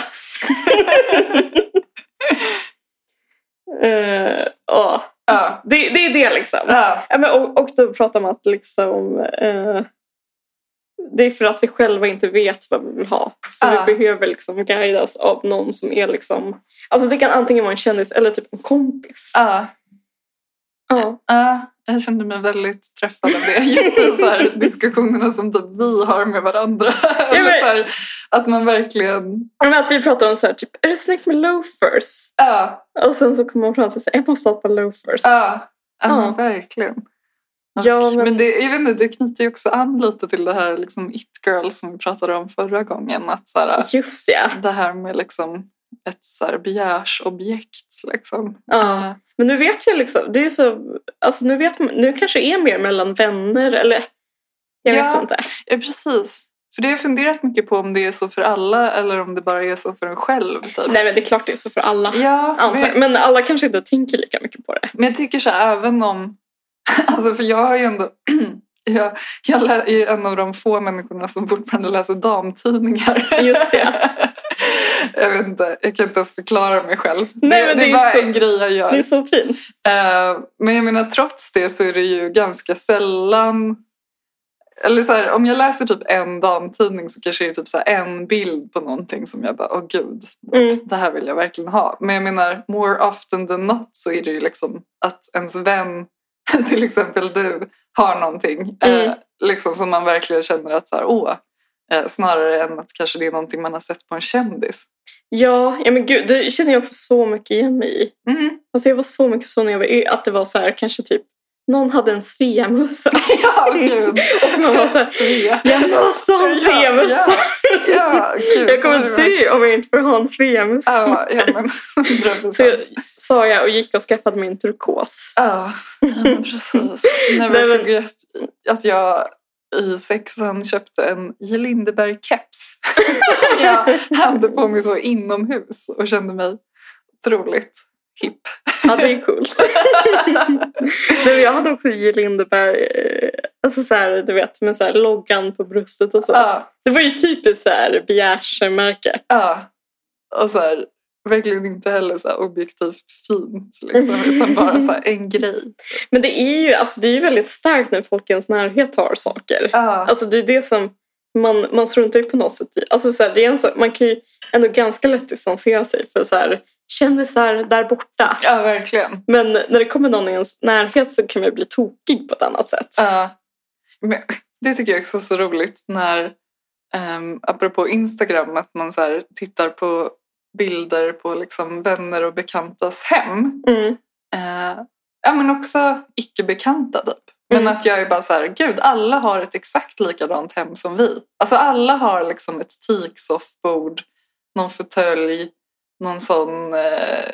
eh, ja,
Ja.
det, det är det liksom.
Ja.
Ja, men, och, och då pratar man att liksom, eh, det är för att vi själva inte vet vad vi vill ha. Så
Ja.
vi behöver liksom guidas av någon som är liksom... Alltså det kan antingen vara en kändis eller typ en kompis.
Ja.
Ja.
Ja, jag kände mig väldigt träffad av det. Just det, så här, diskussionerna som typ vi har med varandra. Eller så här, att man verkligen...
Men att vi pratar om så här, typ, är det snyggt med loafers?
Ja,
Och sen så kommer hon fram och säger jag måste ha ett par loafers.
ja, ja,
Ja.
men verkligen. Och,
Ja, men-
men det, jag vet inte, det knyter ju också an lite till det här liksom it-girl som vi pratade om förra gången. Att så här,
Just ja.
det här med liksom ett så här begärsobjekt. Liksom.
ja. Men nu vet jag liksom, det är så, alltså nu vet man, nu kanske det är mer mellan vänner eller jag
Ja.
vet inte.
Ja, precis. För det har jag funderat mycket på om det är så för alla eller om det bara är så för en själv. Typ.
Nej men det är klart det är så för alla.
Ja,
Antar.
men,
jag. Men alla kanske inte tänker lika mycket på det.
Men jag tycker så här, även om... Alltså för jag har ju ändå... Jag, jag lä- är en av de få människorna som fortfarande läser damtidningar.
Just det.
Jag vet inte, jag kan inte ens förklara mig själv.
Nej,
det,
men
det
det
är
är
bara
så-
en grej jag gör.
Det är så fint.
Eh, men jag menar trots det så är det ju ganska sällan... Eller så här, om jag läser typ en damtidning så kanske det är typ så här en bild på någonting som jag bara, åh gud,
Mm.
det här vill jag verkligen ha. Men jag menar, more often than not så är det ju liksom att ens vän, till exempel du, har någonting
Mm.
eh, liksom som man verkligen känner att så här, åh, eh, snarare än att kanske det är någonting man har sett på en kändis.
Ja, ja men gud, det känner jag också så mycket igen mig i.
Mm.
Alltså jag var så mycket så när jag var y- att det var så här kanske typ någon hade en sveamössa.
Ja, gud.
Och man var så här,
Svea.
jag måste ha en
ja,
sveamössa.
ja, gud.
Jag
så var
kommer
det verkligen.
dö om jag inte får ha en sveamössa.
Ja, ja, men 100%.
Så jag, sa jag och gick och skaffade min turkos.
Ja, ja, men precis.
Nej,
Never
men-
forget att jag i sexan köpte en J. Lindeberg-keps som jag hade på mig så inomhus och kände mig otroligt hipp.
Ja, det är coolt. Nej, men jag hade också J. Lindeberg, eh, alltså så här, du vet, med så här loggan på bröstet och så.
Ja,
Det var ju typiskt så här begärsmärke.
ja. Och så här, verkligen inte heller så här objektivt fint, liksom, utan bara så här en grej.
Men det är ju alltså, det är ju väldigt starkt när folk i ens närhet har saker.
Ja,
Alltså det är det som man, man struntar ju på något sätt i. Alltså, så här, det är en så, man kan ju ändå ganska lätt distansera sig för så här, kändisar där borta.
ja verkligen.
Men när det kommer någon i ens närhet så kan man ju bli tokig på ett annat sätt.
Ja. Men det tycker jag också är så roligt när, um, apropå Instagram, att man så här tittar på bilder på liksom vänner och bekantas hem.
Mm.
Eh, ja, men också icke-bekanta typ. Men
Mm.
att jag är bara så här, gud, alla har ett exakt likadant hem som vi. Alltså alla har liksom ett teaksoffbord, någon fåtölj, någon sån eh,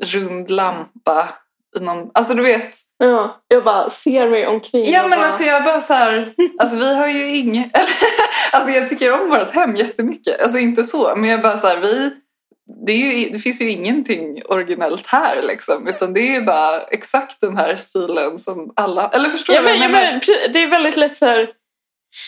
rund lampa. i någon- Alltså du vet,
Ja, jag bara ser mig omkring.
Ja
och
men
bara,
alltså jag bara så här, alltså vi har ju inget, eller alltså jag tycker om vårt hem jättemycket, alltså inte så, men jag bara så här, vi, det, är ju, det finns ju ingenting originellt här liksom, utan det är ju bara exakt den här stilen som alla, eller förstår
ja,
du vad
men, ja,
jag menar?
men, pre- det är väldigt lätt så här...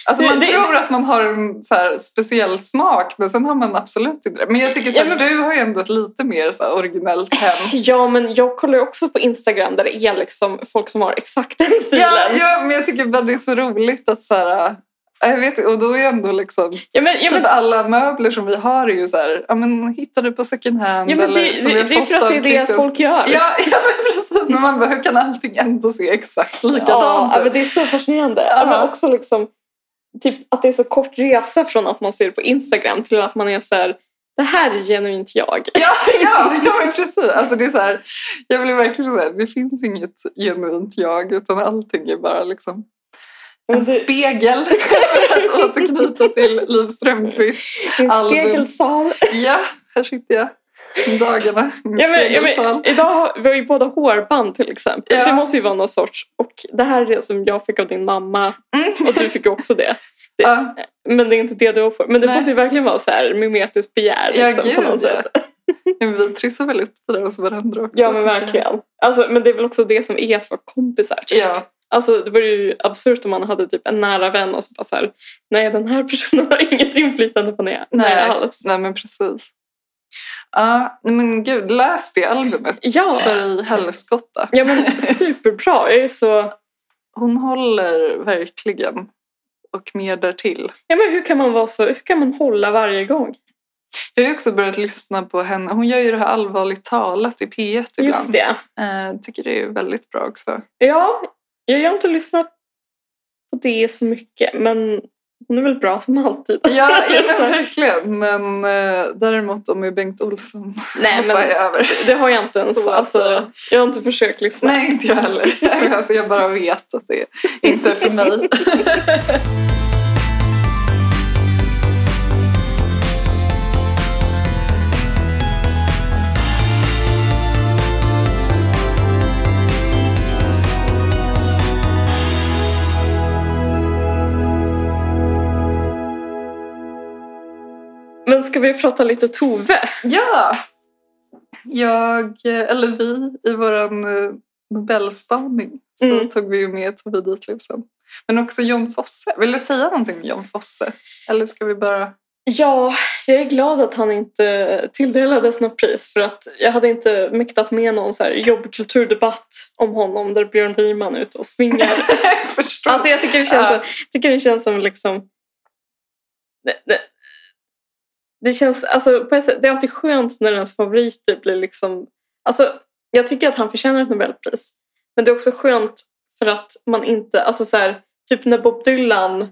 Alltså man
det-
tror att man har en så här speciell smak, men sen har man absolut inte det. Men jag tycker så här,
Ja, men-
du har ju ändå ett lite mer så här originellt hem.
Ja, men jag kollar ju också på Instagram där det är liksom folk som har exakt den stilen.
Ja, ja, men jag tycker bara det är så roligt att så här, ja, jag vet och då är jag ändå liksom
Ja, men, ja, men,
typ alla möbler som vi har är ju så här, ja men hittade på second hand
ja, men det,
eller Typ som vi
det,
har
det är för
fått
att det är
av
det
Christians-
folk gör.
Ja, ja men precis, men man bara, hur kan allting ändå se exakt likadant
ja, men
ut?
det är så fascinerande.
Ja.
Ja. Men också liksom, typ, att det är så kort resa från att man ser det på Instagram till att man är så här... Det här är genuint jag.
Ja, ja, ja, men precis. Alltså det är så här, jag blir verkligen så här, det finns inget genuint jag utan allting är bara liksom En
Men det-
spegel för att återknyta till Liv Strömquist.
Min
album.
spegelsal.
Ja, här sitter jag. Dagarna. Min
Ja, men, ja, men,
spegelsal.
idag har vi har ju båda hårband till exempel.
Ja.
Det måste ju vara någon sorts... Och det här är det som jag fick av din mamma
Mm.
och du fick ju också det.
Ja,
Men det är inte det du har fått. Men det
Nej.
måste ju verkligen vara så här mimetiskt begär
ja
liksom, på något
gud ja.
sätt.
Ja, men Vi trissar väl upp det där hos varandra också.
Ja men
tycker jag.
verkligen. Alltså, men det är väl också det som är att vara kompisar. Typ.
Ja,
Alltså, det vore ju absurt om man hade typ en nära vän och så bara så här, nej den här personen har inget inflytande på mig
Nej.
alls.
nej men precis. Ja, nej, men gud, läs det albumet.
Ja.
För i helskotta.
Ja men superbra. Jag är så...
Hon håller verkligen. Och mer därtill.
Ja men hur kan man vara så... Hur kan man hålla varje gång?
Jag har ju också börjat lyssna på henne. Hon gör ju det här allvarligt talat i P1 ibland.
Just det.
Eh, tycker det är väldigt bra också.
Ja, jag har inte lyssnat på det så mycket men hon är väl bra som alltid.
Ja, ja
Så
men
här,
verkligen. Men eh, däremot om med Bengt Olsson
Nej
hoppar
men
jag över.
det har jag inte ens...
Så,
Alltså,
så.
jag har inte försökt liksom. lyssna.
Nej, inte jag heller. Men alltså, jag bara vet att det inte är för mig.
Men ska vi prata lite Tove?
Ja! Jag, eh, eller vi, i vår Nobelspaning så
Mm.
tog vi ju med Tove Ditlevsen. Men också John Fosse. Vill du säga någonting om John Fosse? Eller ska vi bara...
Ja, jag är glad att han inte tilldelades något pris för att jag hade inte mäktat med någon så här jobbkulturdebatt om honom där Björn Wiman är ute och svingar.
Förstå.
alltså jag tycker det känns,
Ja.
som, tycker det känns som liksom... Det, det, det känns, alltså på ett sätt, det är alltid skönt när ens favoriter blir liksom... Alltså jag tycker att han förtjänar ett Nobelpris. Men det är också skönt för att man inte, alltså så här, typ när Bob Dylan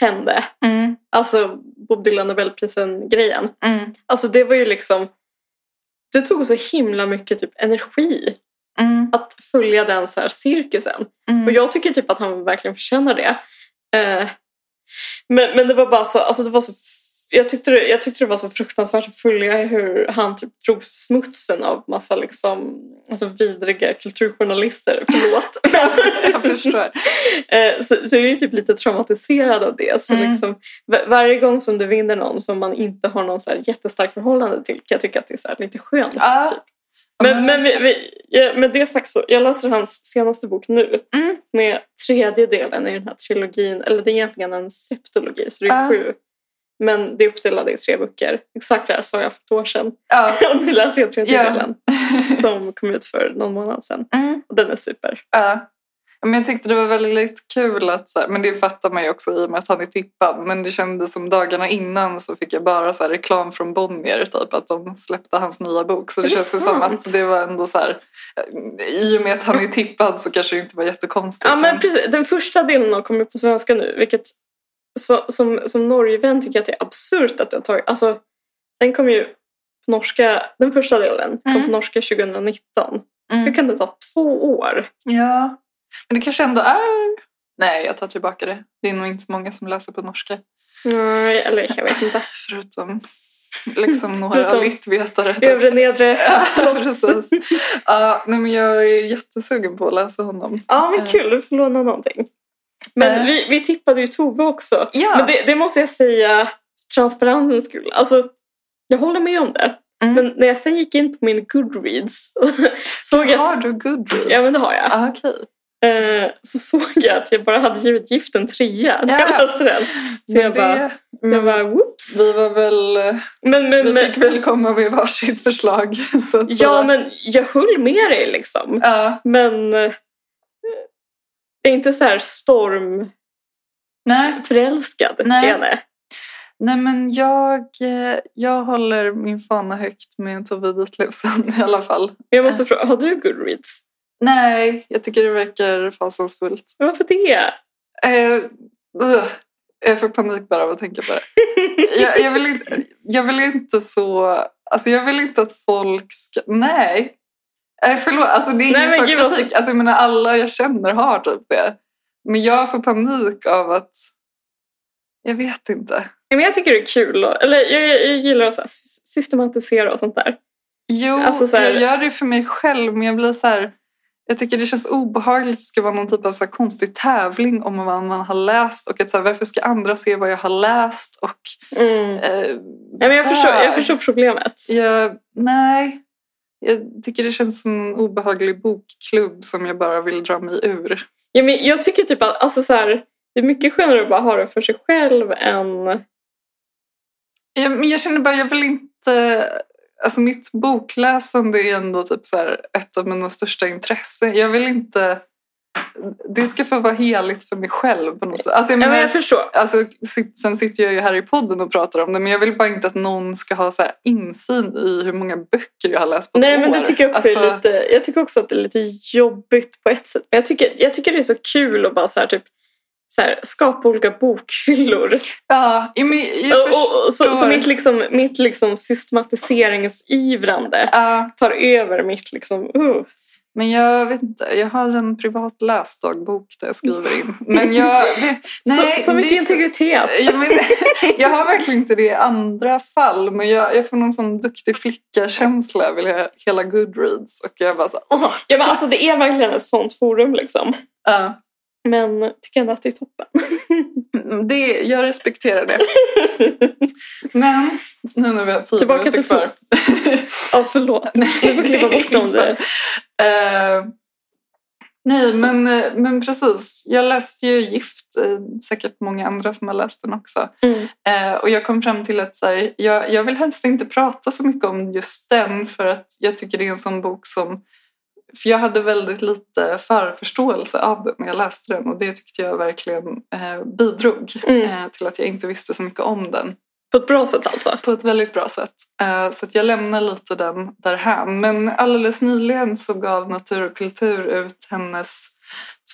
hände
mm,
Alltså Bob Dylan Nobelprisen-grejen.
mm,
Alltså det var ju liksom... Det tog så himla mycket typ energi
mm,
att följa den så här cirkusen.
mm.
Och jag tycker typ att han verkligen förtjänar det. Eh, men, men det var bara så... Alltså det var så jag, tyckte det, jag tyckte det var så fruktansvärt att följa hur han typ drog smutsen av massa liksom, alltså vidriga kulturjournalister. Förlåt.
jag förstår.
Eh, Så, så jag är ju typ lite traumatiserad av det. Så
Mm.
liksom, va- varje gång som du vinner någon som man inte har någon så här jättestark förhållande till kan jag tycka att det är så här lite skönt.
Ja.
Typ. Men, men vi, vi, ja, med det sagt så, jag läser hans senaste bok nu.
Mm.
Med tredje delen i den här trilogin, eller det är egentligen en septologi så det är
Ja.
sju. Men det är uppdelat i tre böcker. Exakt det här sa jag för ett år sedan.
Ja.
Och nu läser jag tredje
Ja.
delen som kom ut för någon månad sedan.
Mm.
Och den är super.
Ja. Ja, Men jag tyckte det var väldigt kul att, så här, men det fattar man ju också i och med att han är tippad, men det kändes som dagarna innan så fick jag bara så här reklam från Bonnier, typ att de släppte hans nya bok. Så
Är
det
det
känns det som
sant?
att det var ändå så här, i och med att han är tippad så kanske det inte var jättekonstigt.
Ja, men precis. Den första delen har kommit på svenska nu, vilket så, som, som Norgevän tycker jag att det är absurt att du har tagit. Alltså, den kom ju på norska, den första delen kom
Mm.
på norska 2019. Hur
Mm.
kan det ta två år?
Ja. Men det kanske ändå är... Nej, jag tar tillbaka det. Det är nog inte så många som läser på norska.
Nej, eller jag vet inte.
Förutom liksom några
Förutom-
littvetare. typ.
Övre, nedre.
Ja,
slott.
precis. Ja, nej, men jag är jättesugen på att läsa honom.
Ja, men kul. Du får låna någonting.
Eh.
Men vi, vi tippade ju Tove också.
Ja.
Men det, det måste jag säga, för transparensens skull. Alltså, jag håller med om det.
Mm.
Men när jag sen gick in på min Goodreads såg jag
Har
att...
du Goodreads?
Ja, men det har jag.
Ah, Okej.
Eh, så såg jag att jag bara hade givit gift en trea när
Ja.
jag läste den. Så
Men
jag
det- mm.
bara,
men
jag bara whoops.
vi var väl...
Men, men,
Vi
men,
fick väl komma med varsitt förslag. Så att
ja,
säga.
men jag höll med dig liksom.
Ja.
Men eh, det är inte så här stormförälskad
nej. Nej.
i henne.
nej, men jag, eh, jag håller min fana högt med Tove Ditlevsen i alla fall.
Men jag måste fråga, har du Goodreads?
Nej, jag tycker det verkar fasansfullt.
Varför det?
Eh, ugh. jag får panik bara av att tänka på det. jag, jag, vill inte, jag vill inte så... Alltså jag vill inte att folk ska... Nej! Eh, förlåt, alltså det är
Nej,
ingen
men
sån
gud, vad-
kritik. Alltså jag menar, alla jag känner har typ det. Men jag får panik av att... Jag vet inte.
Ja, Men jag tycker det är kul. Och, eller jag, jag, jag gillar att så här, sy- systematisera och sånt där.
Jo,
Alltså, så här-
jag gör det för mig själv men jag blir så här... Jag tycker det känns obehagligt att det ska vara någon typ av så här konstig tävling om vad man har läst och att så här, varför ska andra se vad jag har läst och... Eh,
Ja, men jag, förstår, jag
där.
förstår problemet.
Jag, nej, jag tycker det känns som en obehaglig bokklubb som jag bara vill dra mig ur.
Ja, men jag tycker typ att alltså, så här, det är mycket skönare att bara ha det för sig själv än...
Jag, men jag känner bara, jag vill inte... Alltså mitt bokläsande är ändå typ så här ett av mina största intressen. Jag vill inte... Det ska få vara heligt för mig själv på något sätt. Alltså jag
Ja,
menar,
men jag förstår.
alltså, sit- sen sitter jag ju här i podden och pratar om det men jag vill bara inte att någon ska ha så här insyn i hur många böcker jag har läst på ett
Nej, men
år.
det tycker jag, också
Alltså,
är lite, jag tycker också att det är lite jobbigt på ett sätt. Men jag tycker, jag tycker det är så kul att bara så här, typ, så här, skapa olika bokhyllor.
Ja, men jag
Och, och, och, så, så
förstår.
mitt, liksom, mitt liksom systematiseringsivrande
Ja.
tar över mitt liksom... Uh.
Men jag vet inte, jag har en privat läsdagbok där jag skriver in. Men jag... det- Nej,
så, så
det
mycket
är så-
integritet.
Jag, men, jag har verkligen inte det i andra fall, men jag, jag får någon sån duktig flicka-känsla över he- hela Goodreads. Och jag bara så här, åh!
Ja, men alltså, det är verkligen ett sånt forum. liksom.
Ja,
Men tycker ändå att det är toppen.
mm, det, jag respekterar det. Men nu när vi har tio
Tillbaka
minuter
till
kvar.
Ja, förlåt. Du får klippa bort om det.
Eh, nej, men, eh, men precis. Jag läste ju Gift, eh, säkert många andra som har läst den också.
Mm.
Eh, och jag kom fram till att så här, jag, jag vill helst inte prata så mycket om just den för att jag tycker det är en sån bok som... För jag hade väldigt lite förförståelse av den när jag läste den och det tyckte jag verkligen eh, bidrog
Mm.
eh, till att jag inte visste så mycket om den
På ett bra sätt alltså.
på ett väldigt bra sätt. Eh, Så att jag lämnar lite den därhän. Men alldeles nyligen så gav Natur och kultur ut hennes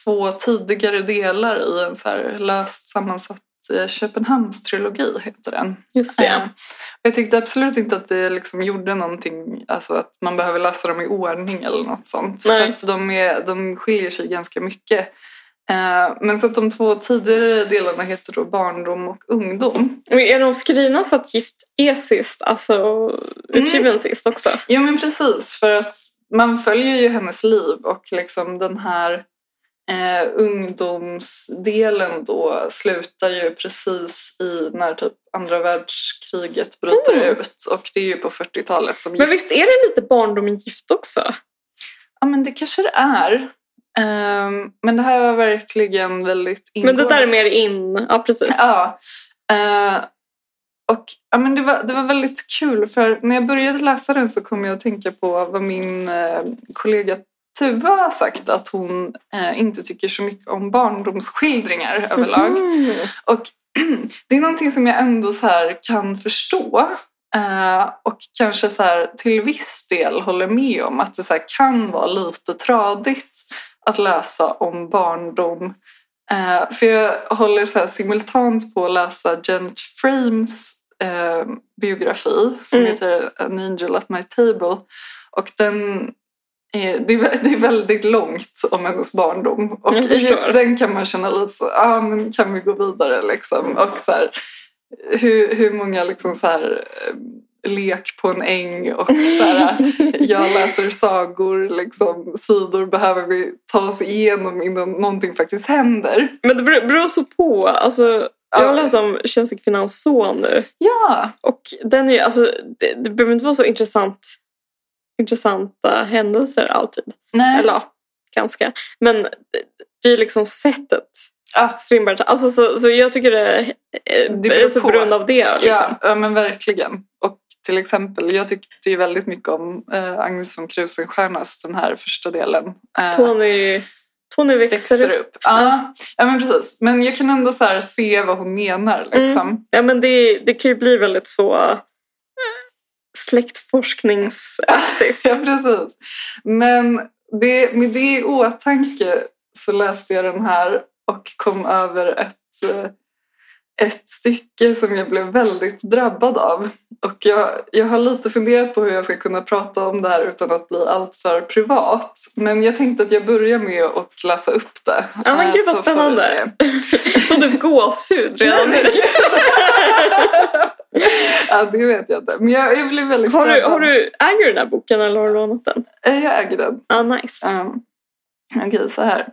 två tidigare delar i en så här löst sammansatt eh, Köpenhamnstrilogi heter den.
Just det.
Eh, och Jag tyckte absolut inte att det liksom gjorde någonting, alltså att man behöver läsa dem i ordning eller något sånt.
Nej.
För att de, är, de skiljer sig ganska mycket. Eh, Men så att de två tidigare delarna heter då Barndom och ungdom.
Men är de skrivna så att gift är sist, alltså utgiven sist också?
Jo men precis, för att man följer ju hennes liv och liksom den här eh, ungdomsdelen då slutar ju precis i när typ andra världskriget bryter
Mm.
ut och det är ju på 40-talet som
Men visst är det lite barndom i gift också?
Ja men det kanske det är. Ehm, men det här var verkligen väldigt
Men
ingående.
det där är mer in... Ja, precis.
Ja. Eh, och ja, men det, var, det var väldigt kul för när jag började läsa den så kom jag att tänka på vad min eh, kollega Tuva har sagt att hon eh, inte tycker så mycket om barndomsskildringar överlag.
Mm.
Och det är någonting som jag ändå så här kan förstå eh, och kanske så här till viss del håller med om att det så här kan vara lite tradigt att läsa om barndom. Eh, för jag håller så här simultant på att läsa Janet Frames eh, biografi som
Mm.
heter An Angel at My Table. Och den är, det, är, vä- det är väldigt långt om hennes barndom. Och
Jag
i just
förstår.
den kan man känna lite så, ah, men kan vi gå vidare liksom? Och så här, hur, hur många liksom så här, eh, lek på en äng och så här, jag läser sagor, liksom, sidor behöver vi ta oss igenom innan någonting faktiskt händer.
Men det beror, beror så på. Alltså,
Ja.
Jag läser om Tjänstefinnans son nu.
Ja,
Och den är, ju- alltså, det, det behöver inte vara så intressant, intressanta händelser alltid.
nej.
Eller ja, ganska. Men det, det är liksom sättet
Ja.
Strindberg tar- alltså, så, så jag tycker det, eh,
Det beror
är så
på.
på grund av det. Liksom.
Ja, ja, men verkligen. Och till exempel, jag tyckte ju väldigt mycket om eh, Agnes von Krusenstjernas, den här första delen. Eh,
Tony, Tony växer,
växer
upp.
upp. Ja, ja, men precis. Men jag kan ändå så här se vad hon menar. Liksom.
Mm. Ja, men det, det kan ju bli väldigt så eh, släktforskningsaktigt.
Ja, precis. Men det, med det i åtanke så läste jag den här och kom över ett, eh, ett stycke som jag blev väldigt drabbad av. Och jag, jag har lite funderat på hur jag ska kunna prata om det här utan att bli alltför privat. Men jag tänkte att jag börjar med att läsa upp det.
Ja, men
Eh,
gud, vad
så får vi
spännande.
se.
Får du gåshud redan
Nej,
nu?
men gud. ja, det vet jag inte. Men jag, jag blev väldigt
Har du,
drabbad.
har du, äger du den här boken eller har du lånat den?
Eh, Jag äger den.
Ah, nice.
Um, Okej, så här.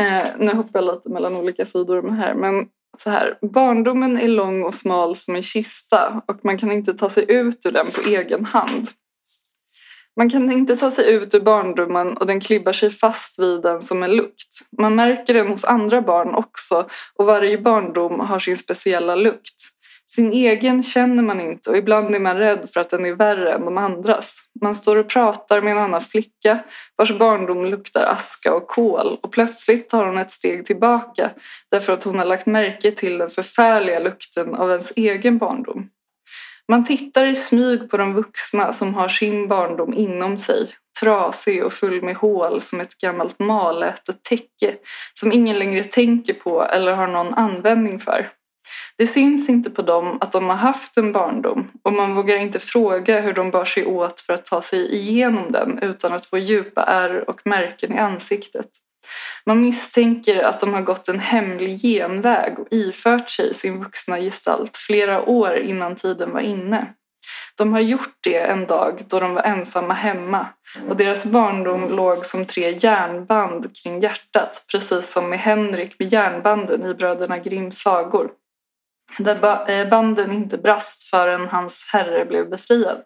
Eh, nu hoppar jag lite mellan olika sidor med här. Men så här. Barndomen är lång och smal som en kista och man kan inte ta sig ut ur den på egen hand. Man kan inte ta sig ut ur barndomen och den klibbar sig fast vid den som en lukt. Man märker den hos andra barn också och varje barndom har sin speciella lukt. Sin egen känner man inte och ibland är man rädd för att den är värre än de andras. Man står och pratar med en annan flicka vars barndom luktar aska och kol och plötsligt tar hon ett steg tillbaka därför att hon har lagt märke till den förfärliga lukten av ens egen barndom. Man tittar i smyg på de vuxna som har sin barndom inom sig, trasig och full med hål som ett gammalt malätet täcke som ingen längre tänker på eller har någon användning för. Det syns inte på dem att de har haft en barndom och man vågar inte fråga hur de bar sig åt för att ta sig igenom den utan att få djupa ärr och märken i ansiktet. Man misstänker att de har gått en hemlig genväg och ifört sig sin vuxna gestalt flera år innan tiden var inne. De har gjort det en dag då de var ensamma hemma och deras barndom låg som tre järnband kring hjärtat precis som med Henrik med järnbanden i Bröderna Grimms sagor där ba- eh, banden inte brast förrän hans herre blev befriad.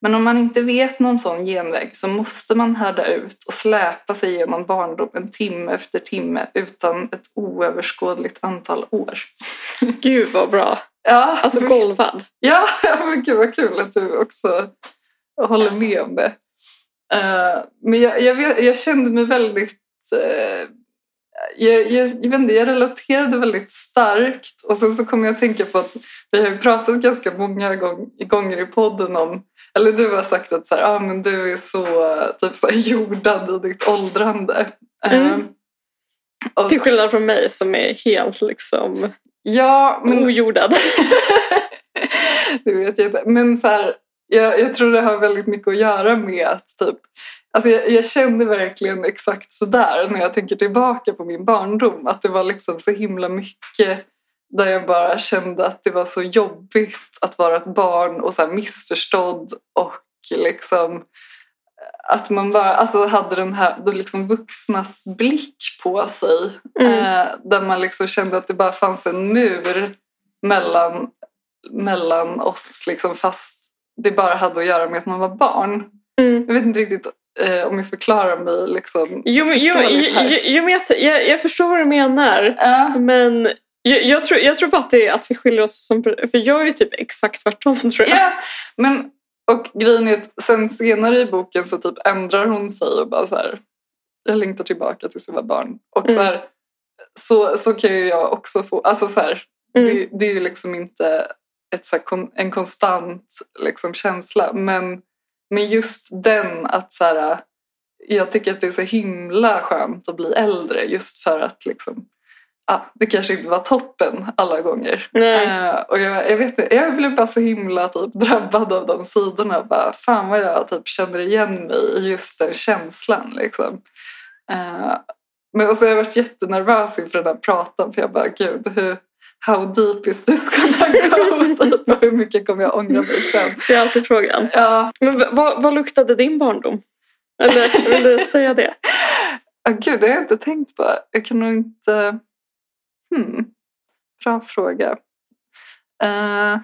Men om man inte vet någon sån genväg så måste man härda ut och släpa sig genom barndomen timme efter timme utan ett oöverskådligt antal år.
Gud vad bra.
Ja,
Alltså
visst.
golvad.
Ja, men gud vad kul att du också håller med om det. Eh, men jag, jag, vet, jag kände mig väldigt... eh, jag, jag, jag, vet inte, jag relaterade väldigt starkt och sen så kom jag att tänka på att vi har ju pratat ganska många gång, gånger i podden om eller du har sagt att så här, ah, men du är så, eh, typ så här, jordad i ditt åldrande. Eh,
Mm.
och-
Till skillnad från mig som är helt liksom
ja,
Oh,
men Eh.
ojordad.
det vet jag inte. Men så här, jag, jag tror det har väldigt mycket att göra med att typ, alltså jag, jag kände verkligen exakt sådär när jag tänker tillbaka på min barndom. Att det var liksom så himla mycket där jag bara kände att det var så jobbigt att vara ett barn och så här missförstådd och liksom att man bara alltså hade den här den liksom vuxnas blick på sig
Mm.
Eh, där man liksom kände att det bara fanns en mur mellan, mellan oss liksom, fast det bara hade att göra med att man var barn.
Mm.
Jag vet inte riktigt eh, om jag förklarar mig. Liksom.
Jo, men, jo, jo,
Förståeligt här.
jo, jo, men jag, jag, jag förstår vad du menar.
Ja,
Men jag, jag, tror, jag tror bara att, det, är att vi skiljer oss som... För jag är ju typ exakt tvärtom tror jag.
ja, men, och grejen är att sen senare i boken så typ ändrar hon sig och bara så här, jag längtar tillbaka tills jag var barn. Och så,
Mm.
här, så, så kan ju jag också få, alltså så här,
Mm.
Det, det är ju liksom inte ett, så här, kon, en konstant liksom, känsla. Men, men just den att så här, jag tycker att det är så himla skönt att bli äldre just för att liksom, ah, det kanske inte var toppen alla gånger.
Nej.
Eh, och jag, jag, vet, inte, jag blev bara så himla typ, drabbad av de sidorna. Bara, fan vad jag typ, känner igen mig i just den känslan. Liksom. Eh, men, och så har jag varit jättenervös inför den här pratan för jag bara gud, hur, how deep is this gonna go? typ, och hur mycket kommer jag ångra mig sen?
Det är alltid frågan.
Ja,
Men v- vad, vad luktade din barndom? Eller vill du säga det?
ah, gud, det har jag inte tänkt på. Jag kan nog inte... Hmm. Bra fråga. Eh,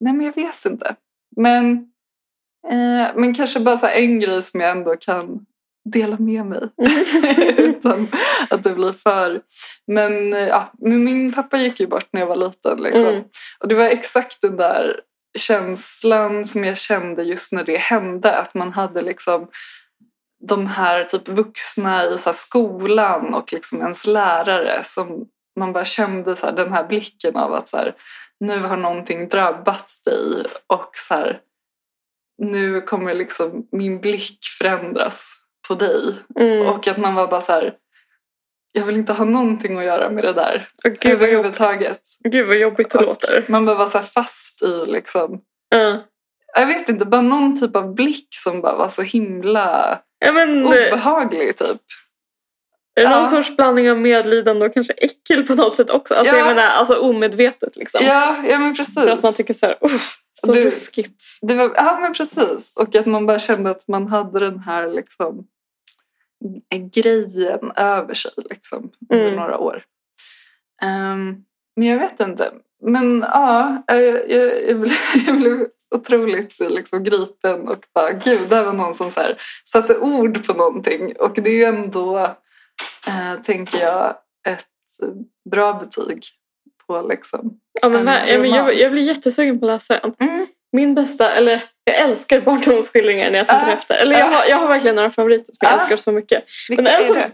nej, men jag vet inte. Men, eh, men kanske bara så här en grej som jag ändå kan dela med mig utan att det blir för... Men eh, ja, men min pappa gick ju bort när jag var liten. Liksom.
Mm.
Och det var exakt den där känslan som jag kände just när det hände. Att man hade liksom de här typ vuxna i så här skolan och liksom ens lärare som man bara kände så här, den här blicken av att så här, nu har någonting drabbat dig och så här, nu kommer liksom min blick förändras på dig.
Mm.
Och att man var bara så här, jag vill inte ha någonting att göra med det där.
Åh, gud, vad jobbigt,
Överhuvudtaget.
gud vad jobbigt det
Och
låter.
Man bara var så här fast i liksom.
Ja.
Jag vet inte, bara någon typ av blick som bara var så himla
Ja, men, eh,
obehaglig typ.
är det någon
ja.
sorts blandning av medlidande och kanske äckel på något sätt också? Alltså,
Ja.
jag menar, alltså omedvetet liksom.
Ja, ja men precis.
För att man tycker så här, "Uff, så
Du-
ruskigt.
Det var, ja men precis. Och att man bara kände att man hade den här liksom grejen över sig liksom under
Mm.
några år. Ehm, men jag vet inte. Men ja, eh, jag, jag, blev, jag blev otroligt liksom, gripen och bara gud, där var någon som så här, satte ord på någonting. Och det är ju ändå, eh, tänker jag, ett bra betyg på liksom.
Ja, men,
En
va- ja, men jag,
roman.
jag blir jättesugen på att läsa den.
Mm.
Min bästa, eller jag älskar barndomsskildringar när jag tänker
Ah.
efter. Eller jag
Ah.
har, jag har verkligen några favoriter som jag
Ah.
älskar så mycket.
Vilka
en
är
som,
det?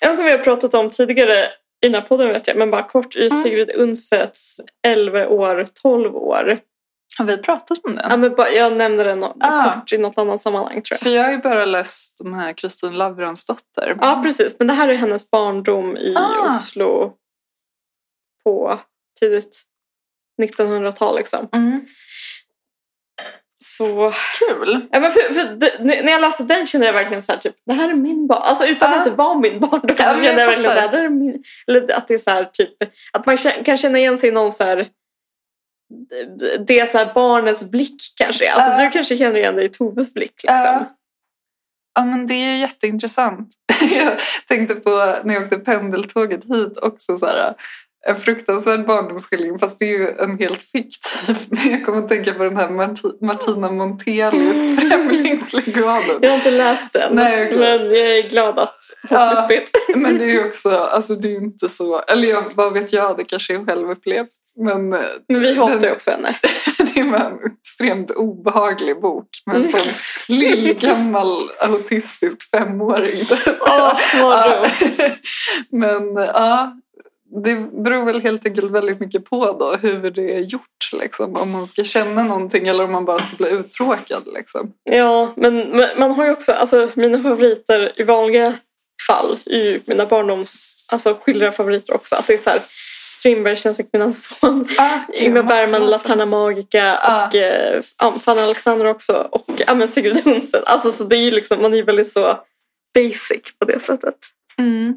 en som vi har pratat om tidigare i den här podden vet jag, men bara kort, i
Mm.
Sigrid Undsets 11 år, 12 år.
Har vi pratat om den?
Ja, men bara, jag nämnde den nå-
Ah.
kort i något annat sammanhang tror jag.
För jag har ju bara läst de här Kristin Lavransdotter.
Ja, precis. Men det här är hennes barndom i
Ah.
Oslo på tidigt 1900-tal liksom.
Mm.
Så
Kul!
Ja, men för, för, det- när när jag läste den kände jag verkligen så här, typ, det här är min barn. Alltså utan
Ja.
att det var min
Ja,
barndom så
men
kände jag
jag
verkligen så här,
fattar.
det här är min, eller att det är så här, typ, att man kä- kan känna igen sig i någon så här, det- det är så här barnets blick kanske. Alltså
Ja.
du kanske känner igen dig i Toves blick liksom.
Ja. Ja men det är ju jätteintressant. jag tänkte på när jag åkte pendeltåget hit också så här en fruktansvärd barndomsskildring fast det är ju en helt fiktiv. Men jag kommer att tänka på den här Marti- Martina Montelis Främlingslegaden.
Jag har inte läst den
Nej, okej.
men jag är glad att ha
Ja.
sluppit.
Men det är ju också, alltså det är ju inte så, eller jag, vad vet jag, det kanske jag själv upplevt. Men eh,
Men vi hatar
den-
ju också henne.
Det är en extremt obehaglig bok med en
Mm.
sån lillgammal autistisk femåring.
Åh,
Ja.
mardröm.
Men ja, det beror väl helt enkelt väldigt mycket på då hur det är gjort. Liksom. Om man ska känna någonting eller om man bara ska bli uttråkad. Liksom.
Ja, men men man har ju också, alltså mina favoriter i vanliga fall är ju mina barndoms, alltså skildrade favoriter också. Att det är så här, Strindberg, Känns min son,
Ah,
Ingmar Bergman, Laterna Magica
Ja.
och eh, ja, Fanny Alexander också. Och ja, men Sigrid Undset. Alltså så det är ju liksom, man är ju väldigt så basic på det sättet.
Mm.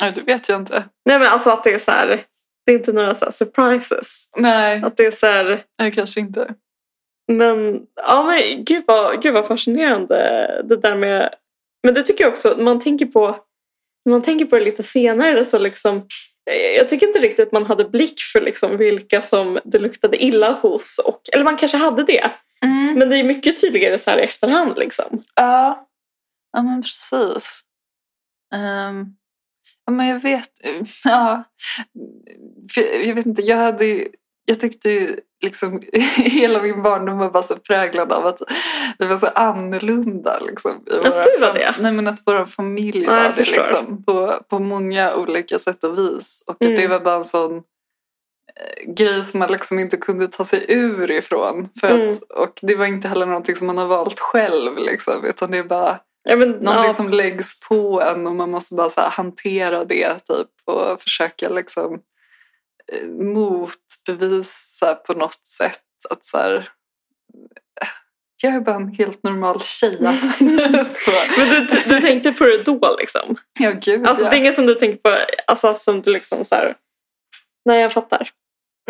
Ja, det vet jag inte.
Nej men alltså att det är så här, det är inte några så här surprises.
Nej,
Att det är så här,
jag kanske inte.
Men, ja, men gud, vad, gud vad fascinerande det där med... Men det tycker jag också, man tänker på, när man tänker på det lite senare så liksom... eh, Jag tycker inte riktigt man hade blick för liksom vilka som det luktade illa hos. Och, eller man kanske hade det.
Mm.
Men det är mycket tydligare så här i efterhand. Liksom.
Ja, ja men precis. Ehm, ja, men jag vet... Ja, för jag vet inte, jag hade ju- Jag tyckte ju liksom hela min barndom var bara så präglad av att vi var så annorlunda. Liksom, i
Att du var
fam-
det?
Nej men att vår familj
Ja, jag
var det
förstår.
liksom, på, på många olika sätt och vis. Och att
Mm.
det var bara en sån eh, grej som man liksom inte kunde ta sig ur ifrån. För att,
Mm.
Och det var inte heller någonting som man har valt själv. Liksom, utan det är bara
Ja, men,
någonting
ja,
som läggs på en och man måste bara så här, hantera det typ, och försöka liksom, eh, motbevisa på något sätt att så här, eh, jag är bara en helt normal tjej. så,
men du, du, du tänkte på det då liksom?
ja, gud,
Alltså,
ja.
Det är inget som du tänker på, alltså som du liksom så här... Nej, jag fattar.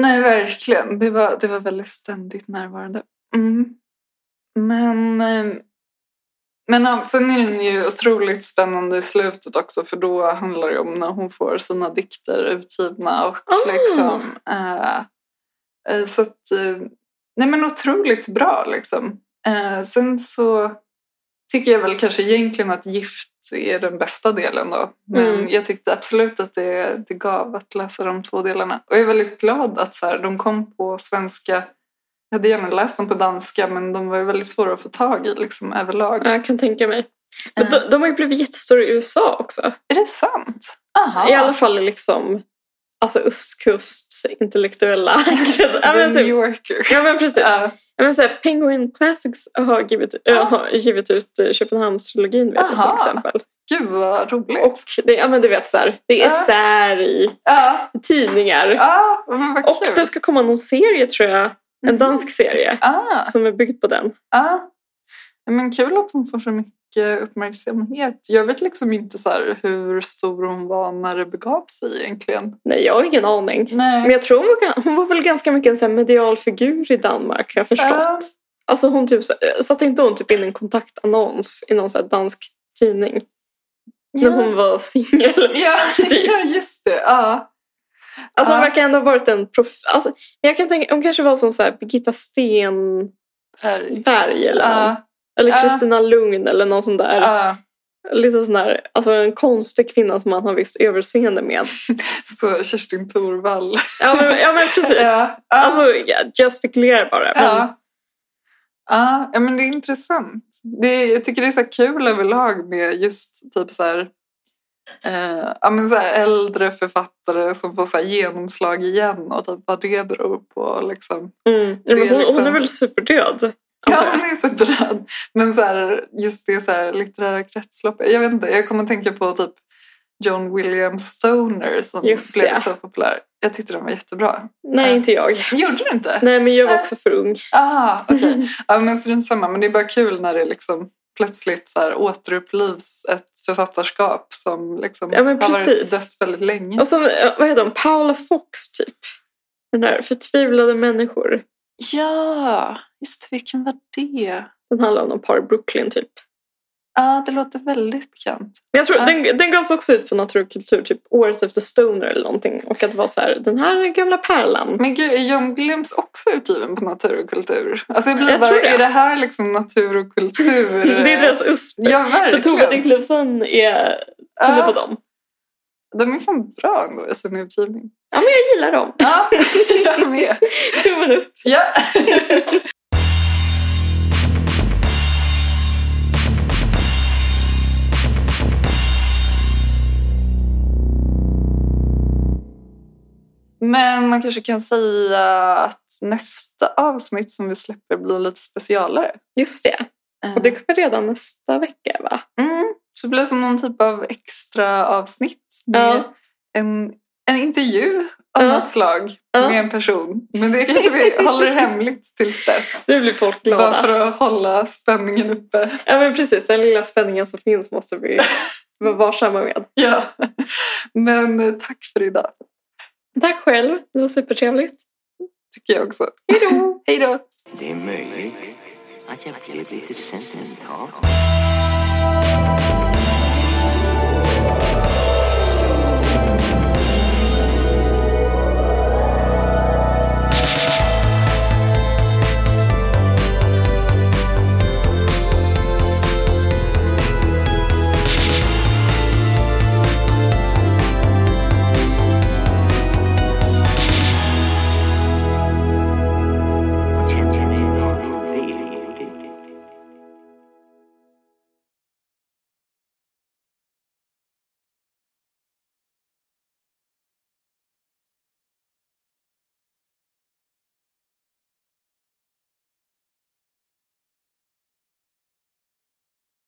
Nej, verkligen. Det var, det var väldigt ständigt närvarande. Mm. Men, eh, men ja, sen är den ju otroligt spännande i slutet också för då handlar det om när hon får sina dikter utgivna. Och
Ah.
liksom, eh, eh, så att, eh, nej men otroligt bra liksom. Eh, sen så tycker jag väl kanske egentligen att Gift är den bästa delen då. Men
Mm.
jag tyckte absolut att det, det gav att läsa de två delarna. Och jag är väldigt glad att så här, de kom på svenska. Jag hade gärna läst dem på danska men de var ju väldigt svåra att få tag i liksom, överlag.
Ja, Jag kan tänka mig. Men
Eh,
de, de har ju blivit jättestora i USA också.
är det sant? Aha.
I alla fall i liksom, alltså östkust, intellektuella kretsar. alltså, ja,
The
men,
New
så,
Yorker.
ja men precis.
Ja.
Ja, men, så här, Penguin Classics har givit, äh,
Ah.
har givit ut äh, Köpenhamnstrilogin vet jag,
Aha.
till exempel.
Gud vad roligt.
Och det, ja, men du vet, så här, det är
Ja.
sär i
ja,
tidningar.
ja, men vad
Och
kul.
det ska komma någon serie tror jag. En
Mhm.
dansk serie
Ah,
som är byggd på den.
ah. Men kul att hon får så mycket uppmärksamhet. Jag vet liksom inte så här hur stor hon var när det begav sig egentligen.
Nej, jag har ingen aning. Men
Nej.
jag tror hon var, hon var väl ganska mycket en sån här medial figur i Danmark har jag förstått.
Ja.
Alltså hon typ, så- satte inte hon typ in en kontaktannons i någon sån här dansk tidning när hon var singel?
ja.
typ.
ja, just det. Ja.
Alltså hon
Ja.
verkar ändå ha varit en prof... Alltså, men jag kan tänka, hon kanske var som så här Birgitta Stenberg
Berg.
eller någon.
Ja,
Eller
Ja.
Kristina Lugn eller någon sån där.
ja.
Lite sån där, alltså en konstig kvinna som man har visst överseende med.
Så Kerstin Thorvall.
Ja men, ja, men precis.
Ja. Ja.
Alltså jag jag spekulerar bara. Men,
Ja. Ja, ja, men det är intressant. Det är, jag tycker det är så här kul överlag med just typ så här, eh, ja, men så här äldre författare som får så här genomslag igen och typ vad det beror på. Liksom.
mm, ja, men
det är
hon, hon är
liksom-
väl superdöd?
Ja,
antar jag.
hon är superrädd. Men så här, just det så här, litterära kretsloppet. Jag vet inte, jag kommer att tänka på typ John William Stoner som
Just
blev
det.
så populär. Jag tyckte den var jättebra.
Nej,
Ja.
inte jag.
Gjorde du inte?
Nej, men jag var
Nej.
också för ung.
Ah, okej. Ja, men strunt samma. Men det är bara kul när det liksom plötsligt så här återupplivs ett författarskap som liksom
Ja, men
har
precis.
varit dött väldigt länge.
Och sen, eh, vad heter hon? Paula Fox, typ. Den där förtvivlade människor.
Ja, just det, vilken var det?
Den handlar om någon par i Brooklyn, typ.
Ja, det låter väldigt bekant.
Men jag tror,
Ja.
den, den gavs också ut för Natur och kultur, typ året efter Stoner eller någonting. Och att det var så här, den här gamla pärlan.
Men gud, är John Glimps också utgiven på Natur och kultur? Alltså jag blir
Jag
bara,
tror det.
är det här liksom natur och kultur?
det är deras USP.
eh, Ja,
För Tove
verkligen.
Ditlevsen är hon är på
Ja,
dem.
de är fan bra ändå i sin utgivning.
Ja, men jag gillar dem.
Ja, jag med.
Tummen upp.
Ja. Men man kanske kan säga att nästa avsnitt som vi släpper blir lite specialare.
Just det.
Eh,
Och det kommer redan nästa vecka, va?
mm, så det blir som någon typ av extra avsnitt med
Ja.
en, en intervju av
Ja.
något slag
Ja.
med en person. Men det kanske vi håller hemligt tills dess.
Nu blir folk
Bara
glada.
för att hålla spänningen uppe.
Ja, men precis. Den lilla spänningen som finns måste vi vara varsamma med.
Ja. Men eh, tack för idag,
Tack själv. Det var supertrevligt.
tycker jag också. Hej då!
Det är möjligt att jag blev lite sentimental.